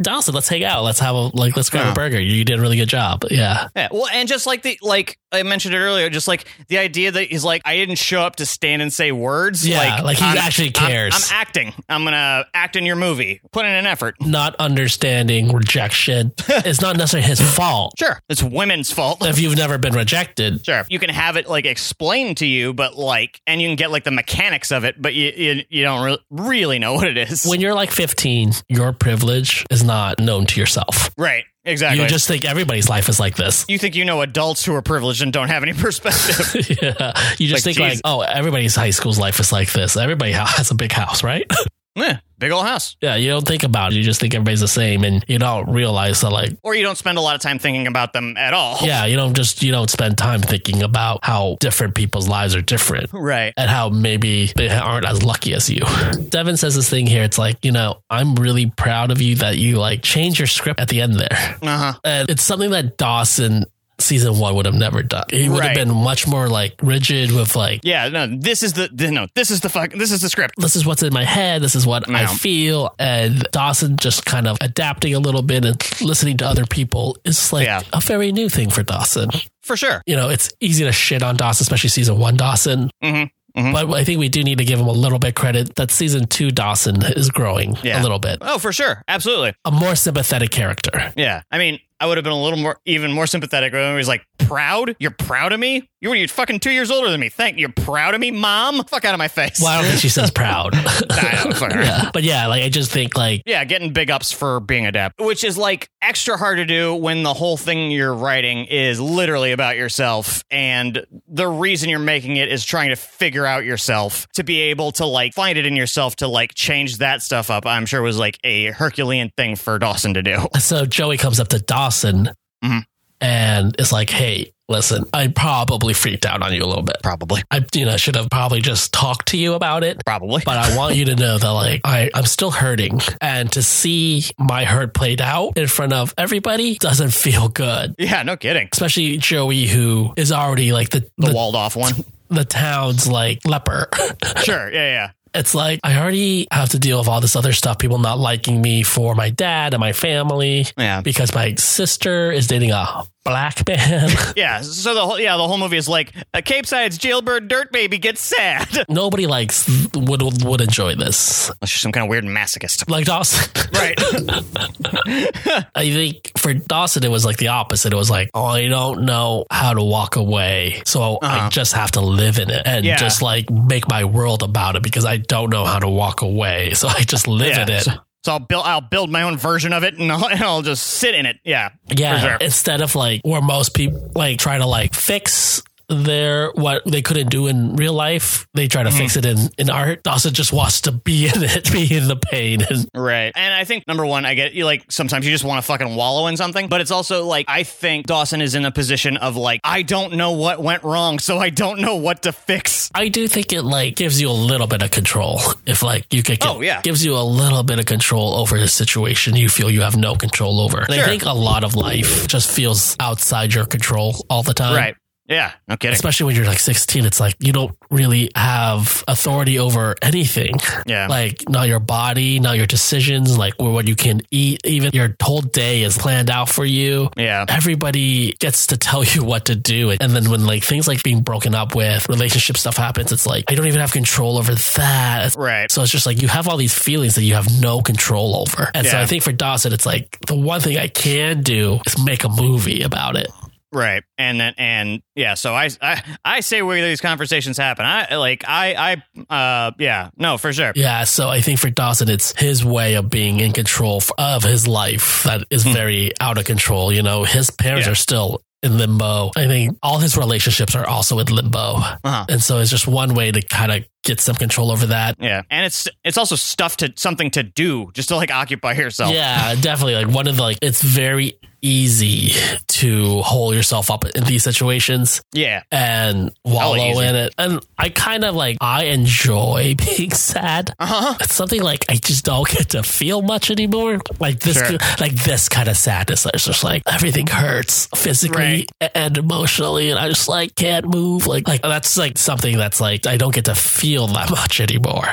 Dawson, let's hang out. Let's have a like, let's grab
Yeah.
a burger. You did a really good job. Yeah,
Yeah, well, and just like the like I mentioned it earlier, just like the idea that he's like, I didn't show up to stand and say words.
Yeah, like he actually
I'm-
cares.
I'm, acting. I'm gonna act in your movie. Put in an effort.
not understanding
[laughs]
rejection is not necessarily his fault.
Sure, it's women's fault.
If you've never been rejected,
[laughs] Sure, you can have it like explained to you, but like, and you can get like the mechanics of it, but you you, you don't re- really know what it is.
when you're like 15, your privilege is not known to yourself.
right. Exactly.
You just think everybody's life is like this.
you think you know adults who are privileged and don't have any [laughs] perspective.
[laughs] yeah. You just
Like,
think like,
Jesus.
oh, everybody's high school's life is like this. Everybody ha- has a big house, right? [laughs]
yeah, big old house.
yeah, you don't think about it. You just think everybody's the same and you don't realize that like
Or you don't spend a lot of time thinking about them at all.
yeah, you don't just you don't spend time thinking about how different people's lives are different.
Right.
And how maybe they aren't as lucky as you. [laughs] Devin says this thing here. It's like, you know, I'm really proud of you that you like change your script at the end there.
Uh huh.
And it's something that Dawson season one would have never done. It would
Right.
have been much more like rigid with like,
Yeah, no, this is the th- no, this is the fuck, this is the script.
this is what's in my head. This is what I
Yeah.
feel. And Dawson just kind of adapting a little bit and listening to other people is like
Yeah.
a very new thing for Dawson.
For sure.
You know, it's easy to shit on Dawson, especially season one Dawson.
Mhm, mhm.
But I think we do need to give him a little bit credit that season two Dawson is growing a
Yeah.
little bit.
Oh, for sure. Absolutely.
A more sympathetic character.
Yeah. I mean, I would have been a little more, even more sympathetic when he was like, proud? You're proud of me? You're, you're fucking two years older than me. Thank You're proud of me, mom? Fuck out of my face.
Well, I don't think she says proud.
[laughs]
[laughs]
I don't [laughs] fuck her.
but yeah, like I just think like
Yeah, getting big ups for being adept, which is like extra hard to do when the whole thing you're writing is literally about yourself. And the reason you're making it is trying to figure out yourself to be able to like find it in yourself to like change that stuff up. I'm sure was like a Herculean thing for Dawson to do. [laughs]
so Joey comes up to Dawson
Mhm.
and is like, "Hey, listen, I probably freaked out on you a little bit.
Probably.
I you know should have probably just talked to you about it."
Probably.
But I want you to know that, like, I, I'm still hurting. And to see my hurt played out in front of everybody doesn't feel good.
Yeah, no kidding.
Especially Joey, who is already like the, [laughs]
The,
the,
walled off one.
the town's like leper. [laughs]
sure. Yeah, yeah.
It's like I already have to deal with all this other stuff, people not liking me for my dad and my family [laughs]
Yeah.
because my sister is dating a black man. [laughs]
Yeah. So the whole yeah, the whole movie is like a Cape Side's jailbird dirt baby gets sad. [laughs]
Nobody likes would would enjoy this.
Unless you're some kind of weird masochist.
Like Dawson,
Right. [laughs]
I think for Dawson it was like the opposite. It was like, oh, I don't know how to walk away, so I just have to live in it and
Uh-huh. Yeah.
just like make my world about it because I don't know how to walk away, [laughs] so I just live in it.
So, so I'll build I'll build my own version of it and I'll, [laughs] and I'll just sit in it. Yeah.
Yeah.
For sure.
Instead of like where most people like try to like fix their what they couldn't do in real life, they try to
Mm.
fix it in, in art. Dawson just wants to be in it, [laughs] be in the pain. And
Right. And I think number one, I get you like sometimes you just want to fucking wallow in something, but it's also like I think Dawson is in a position of like I don't know what went wrong, so I don't know what to fix.
I do think it like gives you a little bit of control. If like you could,
Oh, yeah.
gives you a little bit of control over the situation you feel you have no control over. And
Sure.
I think a lot of life just feels outside your control all the time.
right. Yeah. No kidding.
Especially when you're like 16, it's like you don't really have authority over anything.
Yeah.
like not your body, not your decisions, like or what you can eat. Even your whole day is planned out for you.
yeah.
Everybody gets to tell you [laughs] what to do. And then when like things like being broken up with, relationship stuff happens, it's like I don't even have control over that.
Right.
So it's just like you have all these feelings that you have no control over. And so
Yeah.
I think for Dawson, it's like the one thing I can do is make a movie about it.
Right. And then and yeah, so I I, I say where these conversations happen. I like I I uh yeah, no, for sure.
Yeah, so I think for Dawson, it's his way of being in control f- of his life that is very out of control. You know, his parents
Hmm. Yeah.
are still in limbo. I think all his relationships are also in limbo.
Uh-huh.
And so it's just one way to kind of get some control over that.
Yeah. And it's it's also stuff to something to do just to like occupy yourself.
Yeah, definitely. Like one of the, like, it's very easy to hold yourself up in these situations
Yeah.
and wallow
easy.
in it. And I kind of like, I enjoy [laughs] being sad.
Uh-huh.
it's something like I just don't get to feel much anymore. Like this,
Sure.
like this kind of sadness. It's just like everything hurts physically and emotionally, and I just like can't move. Like, like that's like something that's like I don't get to feel that [laughs] much anymore.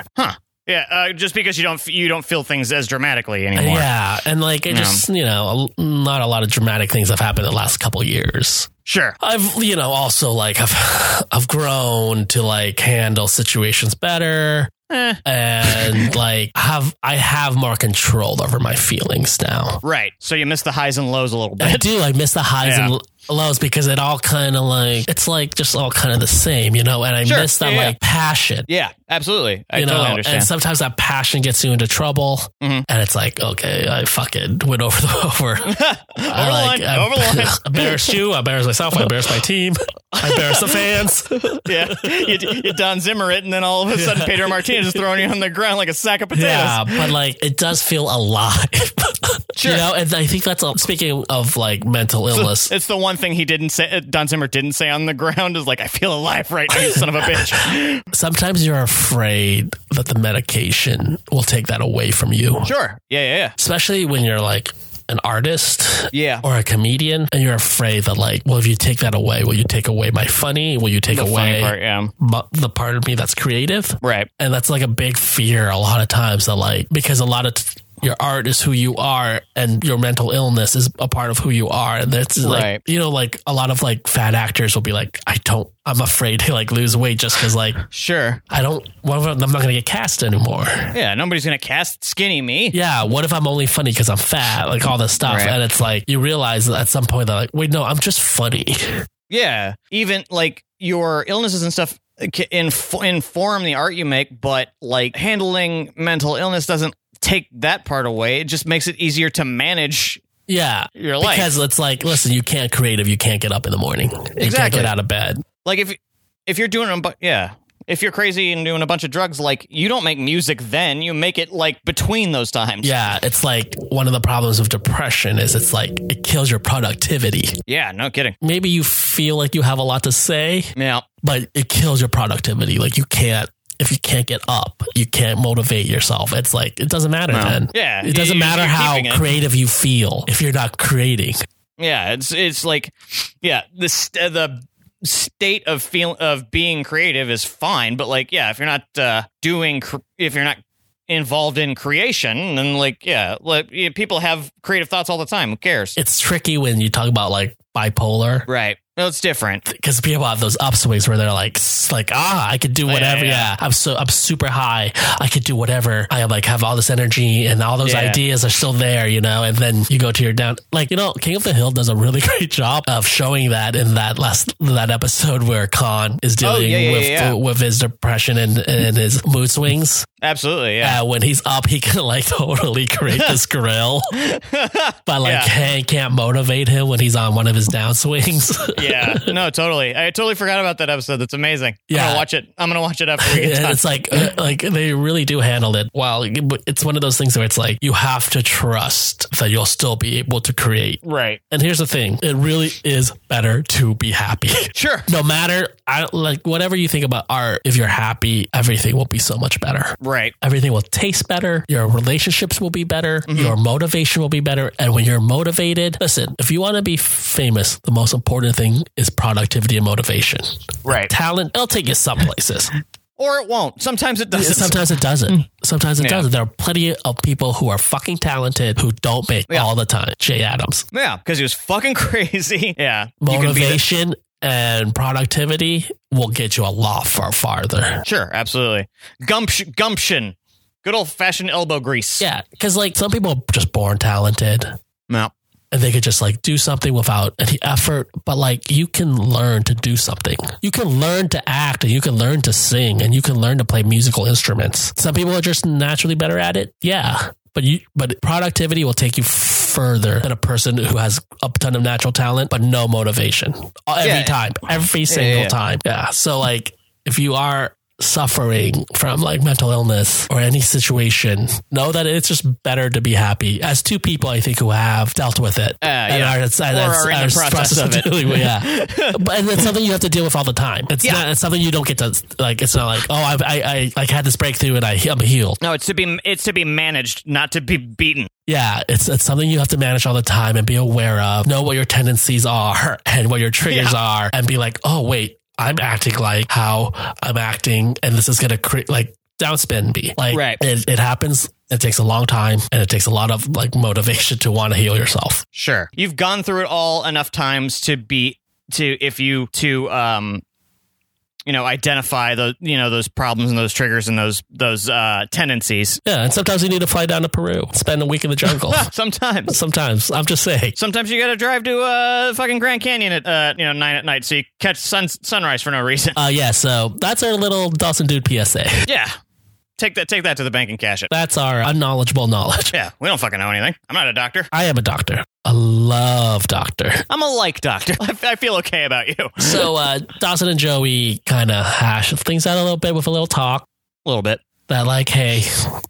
Yeah, uh, just because you don't f- you don't feel things as dramatically anymore.
Uh, Yeah, and like it
Yeah.
just you know a- not a lot of dramatic things have happened in the last couple years.
Sure.
I've you know also like I've [laughs] I've grown to like handle situations better.
Eh. [laughs]
And like have I have more control over my feelings now.
Right. So you miss the highs and lows a little
I [laughs]
bit.
do. I miss the highs
Yeah.
and l- lows because it all kind of like it's like just all kind of the same, you know. And I
Sure.
miss that
Yeah, yeah.
like passion,
Yeah, absolutely. I
you know.
totally
And
understand.
sometimes that passion gets you into trouble,
Mhm.
and it's like, okay, I fucking went over the [laughs] over. over
over
I
the
like
line. over the line.
embarrassed you. [laughs] I embarrassed myself. I embarrassed my team. I embarrassed the
[laughs]
fans.
Yeah. You, you Don Zimmer it, and then all of a sudden Pedro Martinez is throwing you on the ground like a sack of potatoes.
Yeah, but like it does feel alive. [laughs]
Sure.
You know, and I think that's a, speaking of like mental
[laughs]
illness.
It's the one thing he didn't say. uh, Don Zimmer didn't say on the ground is like, "I feel alive right now, you son of
[laughs]
a bitch."
Sometimes you're afraid that the medication will take that away from you.
Sure. Yeah, yeah, yeah.
especially when you're like an artist
Yeah.
or a comedian and you're afraid that like well if you take that away will you take away my funny will you take
the funny
away
part, yeah.
mu- the part of me that's creative
Right.
and that's like a big fear a lot of times that like because a lot of t- your art is who you are and your mental illness is a part of who you are and that's like
Right.
you know like a lot of like fat actors will be like i don't i'm afraid to like lose weight just because like
Sure.
i don't what if i'm not gonna get cast anymore
Yeah, nobody's gonna cast skinny me.
yeah what if i'm only funny because i'm fat like all this stuff
Right.
and it's like you realize that at some point that like wait no i'm just funny [laughs]
Yeah, even like your illnesses and stuff ca- inf- inform the art you make, but like handling mental illness doesn't take that part away. It just makes it easier to manage
yeah
your life.
because it's like listen you can't create if you can't get up in the morning you can't
Exactly.
get out of bed
like if if you're doing a bu- yeah, if you're crazy and doing a bunch of drugs, like you don't make music then, you make it like between those times.
Yeah, it's like one of the problems of depression is it's like it kills your productivity.
Yeah, no kidding.
Maybe you feel like you have a lot to say,
Yeah.
but it kills your productivity. Like you can't if you can't get up, you can't motivate yourself. It's like it doesn't matter then.
Yeah,
It doesn't
you're-
matter
you're
how
keeping it.
creative you feel if you're not creating.
Yeah, it's it's like yeah, the st- uh, the state of feel of being creative is fine, but like yeah, if you're not uh, doing cr- if you're not involved in creation, then like yeah, like, yeah, people have creative thoughts all the time. Who cares?
It's tricky when you talk about like bipolar
right. No, it's different.
because people have those upswings where they're like, s- like ah, I could do
Yeah,
whatever.
yeah,
Yeah,
yeah.
I'm so I'm super high. I could do whatever. I like have all this energy and all those
Yeah.
ideas are still there, you know. And then you go to your down, like you know, King of the Hill does a really [laughs] great job of showing that in that last that episode where Khan is dealing
Oh, yeah, yeah,
with
yeah, yeah.
with his depression and and his mood swings.
Absolutely. Yeah.
Uh, when he's up, he [laughs] can like totally create
[laughs]
this grill, but like
Yeah.
Hank can't motivate him when he's on one of his [laughs] downswings.
yeah. No, totally. I totally forgot about that episode. That's amazing. I'm
Yeah.
gonna watch it. I'm gonna watch
[laughs]
it after we get
Yeah,
done.
it's like uh, like they really do handle it well but it's one of those things where it's like you have to trust that you'll still be able to create
Right.
and here's the thing it really is better to be happy [laughs]
Sure.
no matter I, like whatever you think about art if you're happy everything will be so much better
Right.
everything will taste better your relationships will be better your motivation will be better and when you're motivated listen if you want to be famous the most important thing is productivity and motivation
Right.
talent it'll take you some places
Or it won't. Sometimes it doesn't.
Sometimes it doesn't. Sometimes it
Mm. Yeah.
doesn't. There are plenty of people who are fucking talented who don't make
Yeah.
all the time. Jay Adams.
[laughs] yeah, because he was fucking [laughs] crazy. Yeah. You can be the-
Motivation and productivity will get you a lot far farther.
Sure, absolutely. Gumption, gumption. Good old fashioned elbow grease.
Yeah. Cause like some people are just born talented
No.
and they could just like do something without any effort. But like you can learn to do something. You can learn to act and you can learn to sing and you can learn to play musical instruments. Some people are just naturally better at it. Yeah. But you, but productivity will take you further than a person who has a ton of natural talent but no motivation every
Yeah.
time, every single
yeah.
time. Yeah. So like, if you are suffering from like mental illness or any situation, know that it's just better to be happy. As two people, I think who have dealt with it and
yeah.
are, it's, and
Or
it's-
are in the process of it.
dealing with-
[laughs]
yeah. but and it's something you have to deal with all the time. It's
Yeah.
not. It's something you don't get to like. It's not like oh, I've, I I like had this breakthrough and I I'm healed.
No, it's to be it's to be managed, not to be beaten.
Yeah, it's it's something you have to manage all the time and be aware of. Know what your tendencies are [laughs] and what your triggers are, and be like, oh wait, I'm acting like how I'm acting, and this is gonna create like downspin me. Like
Right.
it, it happens. It takes a long time, and it takes a lot of like motivation to want to heal yourself.
Sure. You've gone through it all enough times to be to if you to um you know, identify those you know, those problems and those triggers and those those uh tendencies.
Yeah, and sometimes you need to fly down to Peru, spend a week in the
[laughs]
jungle.
Sometimes.
sometimes I'm just saying.
Sometimes you gotta drive to uh fucking Grand Canyon at uh you know nine at night so you catch sun sunrise for no reason.
Uh, yeah, so that's our little Dawson Dude PSA.
[laughs] yeah. Take that take that to the bank and cash it.
That's our unknowledgeable knowledge.
Yeah, we don't fucking know anything. I'm not a doctor.
I am a doctor, a love doctor.
I'm a like doctor. [laughs] I, I feel okay about you. A
So uh, Dawson and Joey kind of hash things out a little bit with a little talk.
little bit.
that like, hey,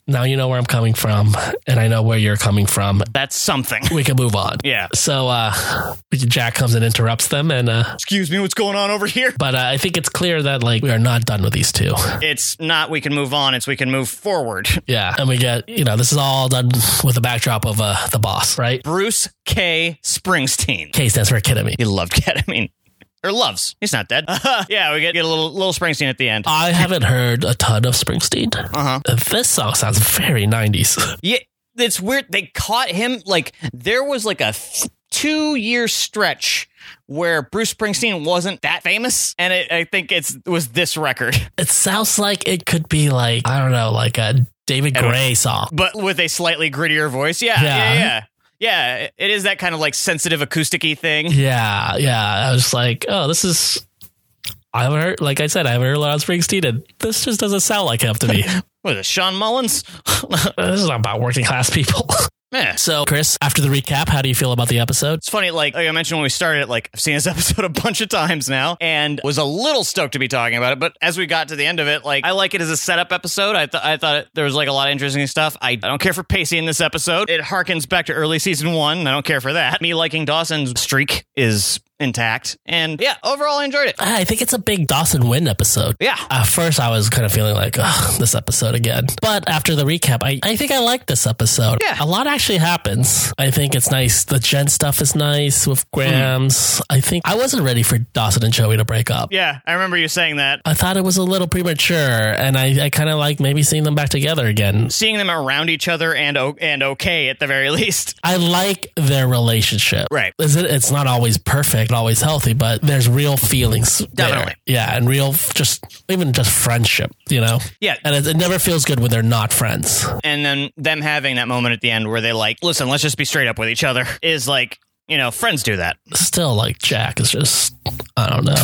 now you know where I'm coming from, and I know where you're coming from.
That's something. [laughs]
We can move on.
Yeah.
So uh, Jack comes and interrupts them, and uh,
Excuse me, what's going on over here?
but uh, I think it's clear that like we are not done with these two.
It's not we can move on, it's we can move forward. [laughs]
Yeah, and we get you know this is all done with the backdrop of uh, the boss, right?
Bruce K. Springsteen.
K stands for ketamine.
He loved [laughs] ketamine. Or loves. He's not dead. [laughs] yeah, we get, get a little little Springsteen at the end.
I haven't heard a ton of Springsteen.
Uh-huh.
This song sounds very 90s.
Yeah, it's weird. They caught him like there was like a th- two year stretch where Bruce Springsteen wasn't that famous, and it, I think it's it was this record, [laughs]
It sounds like it could be like, I don't know, like a David
Edward.
Gray song.
but with a slightly grittier voice. Yeah, yeah,
Yeah.
yeah. Yeah, it is that kind of like sensitive acousticy thing.
Yeah, yeah. I was like, oh, this is. I haven't heard, like I said, I haven't heard a lot of Springsteen, and this just doesn't sound like him
[laughs]
to me. [laughs]
What is it, Sean Mullins?
this is not about working class people. [laughs]
Yeah.
so, Chris, after the recap, how do you feel about the episode?
It's funny, like, like I mentioned when we started, like I've seen this [laughs] episode a bunch of times now, and was a little stoked to be talking about it. But as we got to the end of it, like I like it as a setup episode. I, th- I thought it, there was like a lot of interesting stuff. I, I don't care for Pacey in this episode. It harkens back to early season one. and I don't care for that. Me liking Dawson's streak is intact, and yeah, overall I enjoyed it.
I think it's a big Dawson Win episode.
Yeah,
At first, I was kind of feeling like, ugh, this episode again. But after the recap, I, I think I like this episode.
Yeah.
A lot actually happens. I think it's nice. The Jen stuff is nice
Hmm.
with Grams. I think I wasn't ready for Dawson and Joey to break up.
yeah, I remember you saying that.
I thought it was a little premature, and I, I kind of like maybe seeing them back together again.
Seeing them around each other and o- and okay at the very [laughs] least.
I like their relationship.
Right.
Is it, it's not always perfect, not always healthy, but there's real feelings. there.
Definitely.
Yeah, and real f- just even just friendship, you know?
Yeah.
And it, it never feels good when they're not friends.
and then them having that moment at the end where they like, listen, let's just be straight up with each other [laughs] is like, you know, friends do that.
Still, like, Jack is just, I don't know.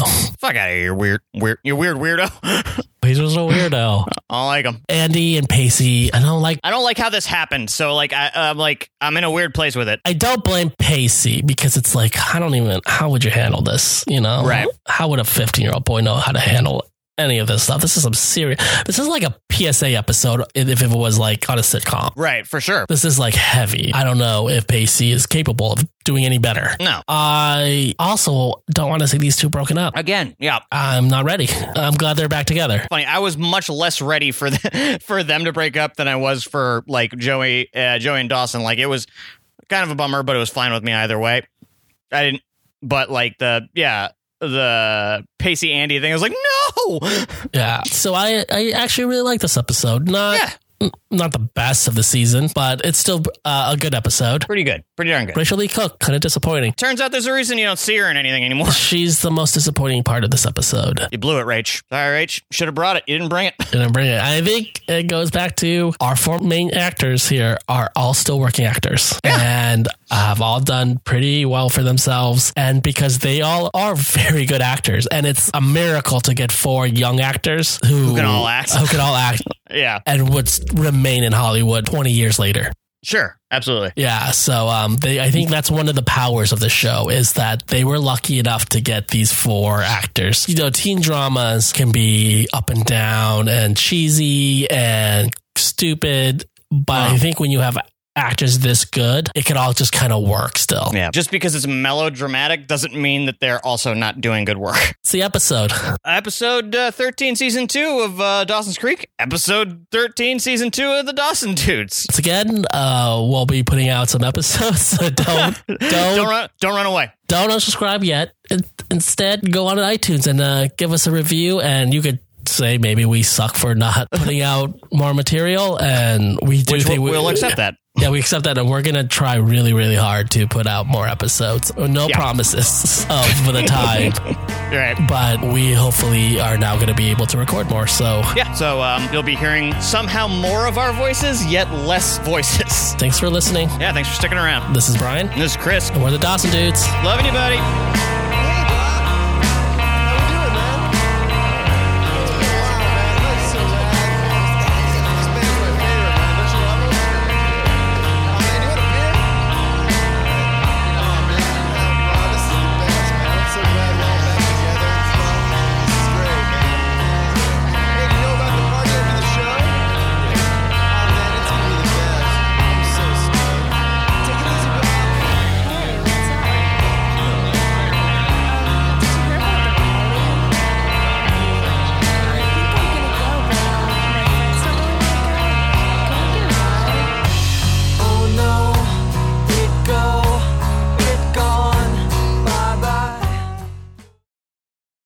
Fuck out of here, weird, weird, you weird weirdo. [laughs]
He's just a weirdo.
I don't like him.
Andy and Pacey, I don't like.
I don't like how this happened. So like, I, I'm like, I'm in a weird place with it.
I don't blame Pacey because it's like, I don't even, how would you handle this? You know?
Right.
How would a 15 year old boy know how to handle any of this stuff? This is some serious, this is like a PSA episode if it was like on a sitcom.
Right, for sure.
This is like heavy. I don't know if Pacey is capable of doing any better.
No.
I also don't want to see these two broken up.
Again, yeah.
I'm not ready. I'm glad they're back together.
Funny, I was much less ready for the, [laughs] for them to break up than I was for like Joey, uh, Joey and Dawson. Like it was kind of a bummer, but it was fine with me either way. I didn't, but like the yeah, the Pacey Andy thing. I was like, no. [laughs]
Yeah. So I I actually really like this episode. Not
Yeah.
n- not the best of the season, but it's still uh, a good episode.
Pretty good. Pretty darn good.
Rachel Lee Cook kind of disappointing.
Turns out there's a reason you don't see her in anything anymore. [laughs]
She's the most disappointing part of this episode.
You blew it, Rach. Sorry, Rach. Should have brought it. You didn't bring it. [laughs]
And I bring it. I think it goes back to our four main actors here are all still working actors and have all done pretty well for themselves. And because they all are very good actors, and it's a miracle to get four young actors who,
can all act.
who can all act,
Yeah.
and would remain in Hollywood twenty years later.
Sure. Absolutely.
Yeah, so um, they, I think that's one of the powers of the show is that they were lucky enough to get these four actors. You know, teen dramas can be up and down and cheesy and stupid, but I think when you have actors this good, it can all just kind of work still.
Yeah. Just because it's melodramatic doesn't mean that they're also not doing good work.
It's the episode.
Episode uh, 13, season two of uh, Dawson's Creek. Episode 13, season two of the Dawson Dudes.
Once again, uh, we'll be putting out some episodes, [laughs] so
[laughs]
don't don't
Don't
don't,
run, don't run away.
unsubscribe yet. In- Instead, go on to iTunes and uh, give us a review, and you could. Say maybe we suck for
[laughs]
not putting out more material, and we do
Which
think
we'll,
we,
we'll accept that.
Yeah, we accept that, and we're gonna try really, really hard to put out more episodes. No
Yeah.
promises of for the time,
[laughs] Right.
but we hopefully are now gonna be able to record more. So,
Yeah. So um, you'll be hearing somehow more of our voices, yet less voices. [laughs]
thanks for listening.
Yeah. Thanks for sticking around.
This is Brian,
This is Chris.
and we're the Dawson Dudes.
Loving you, buddy.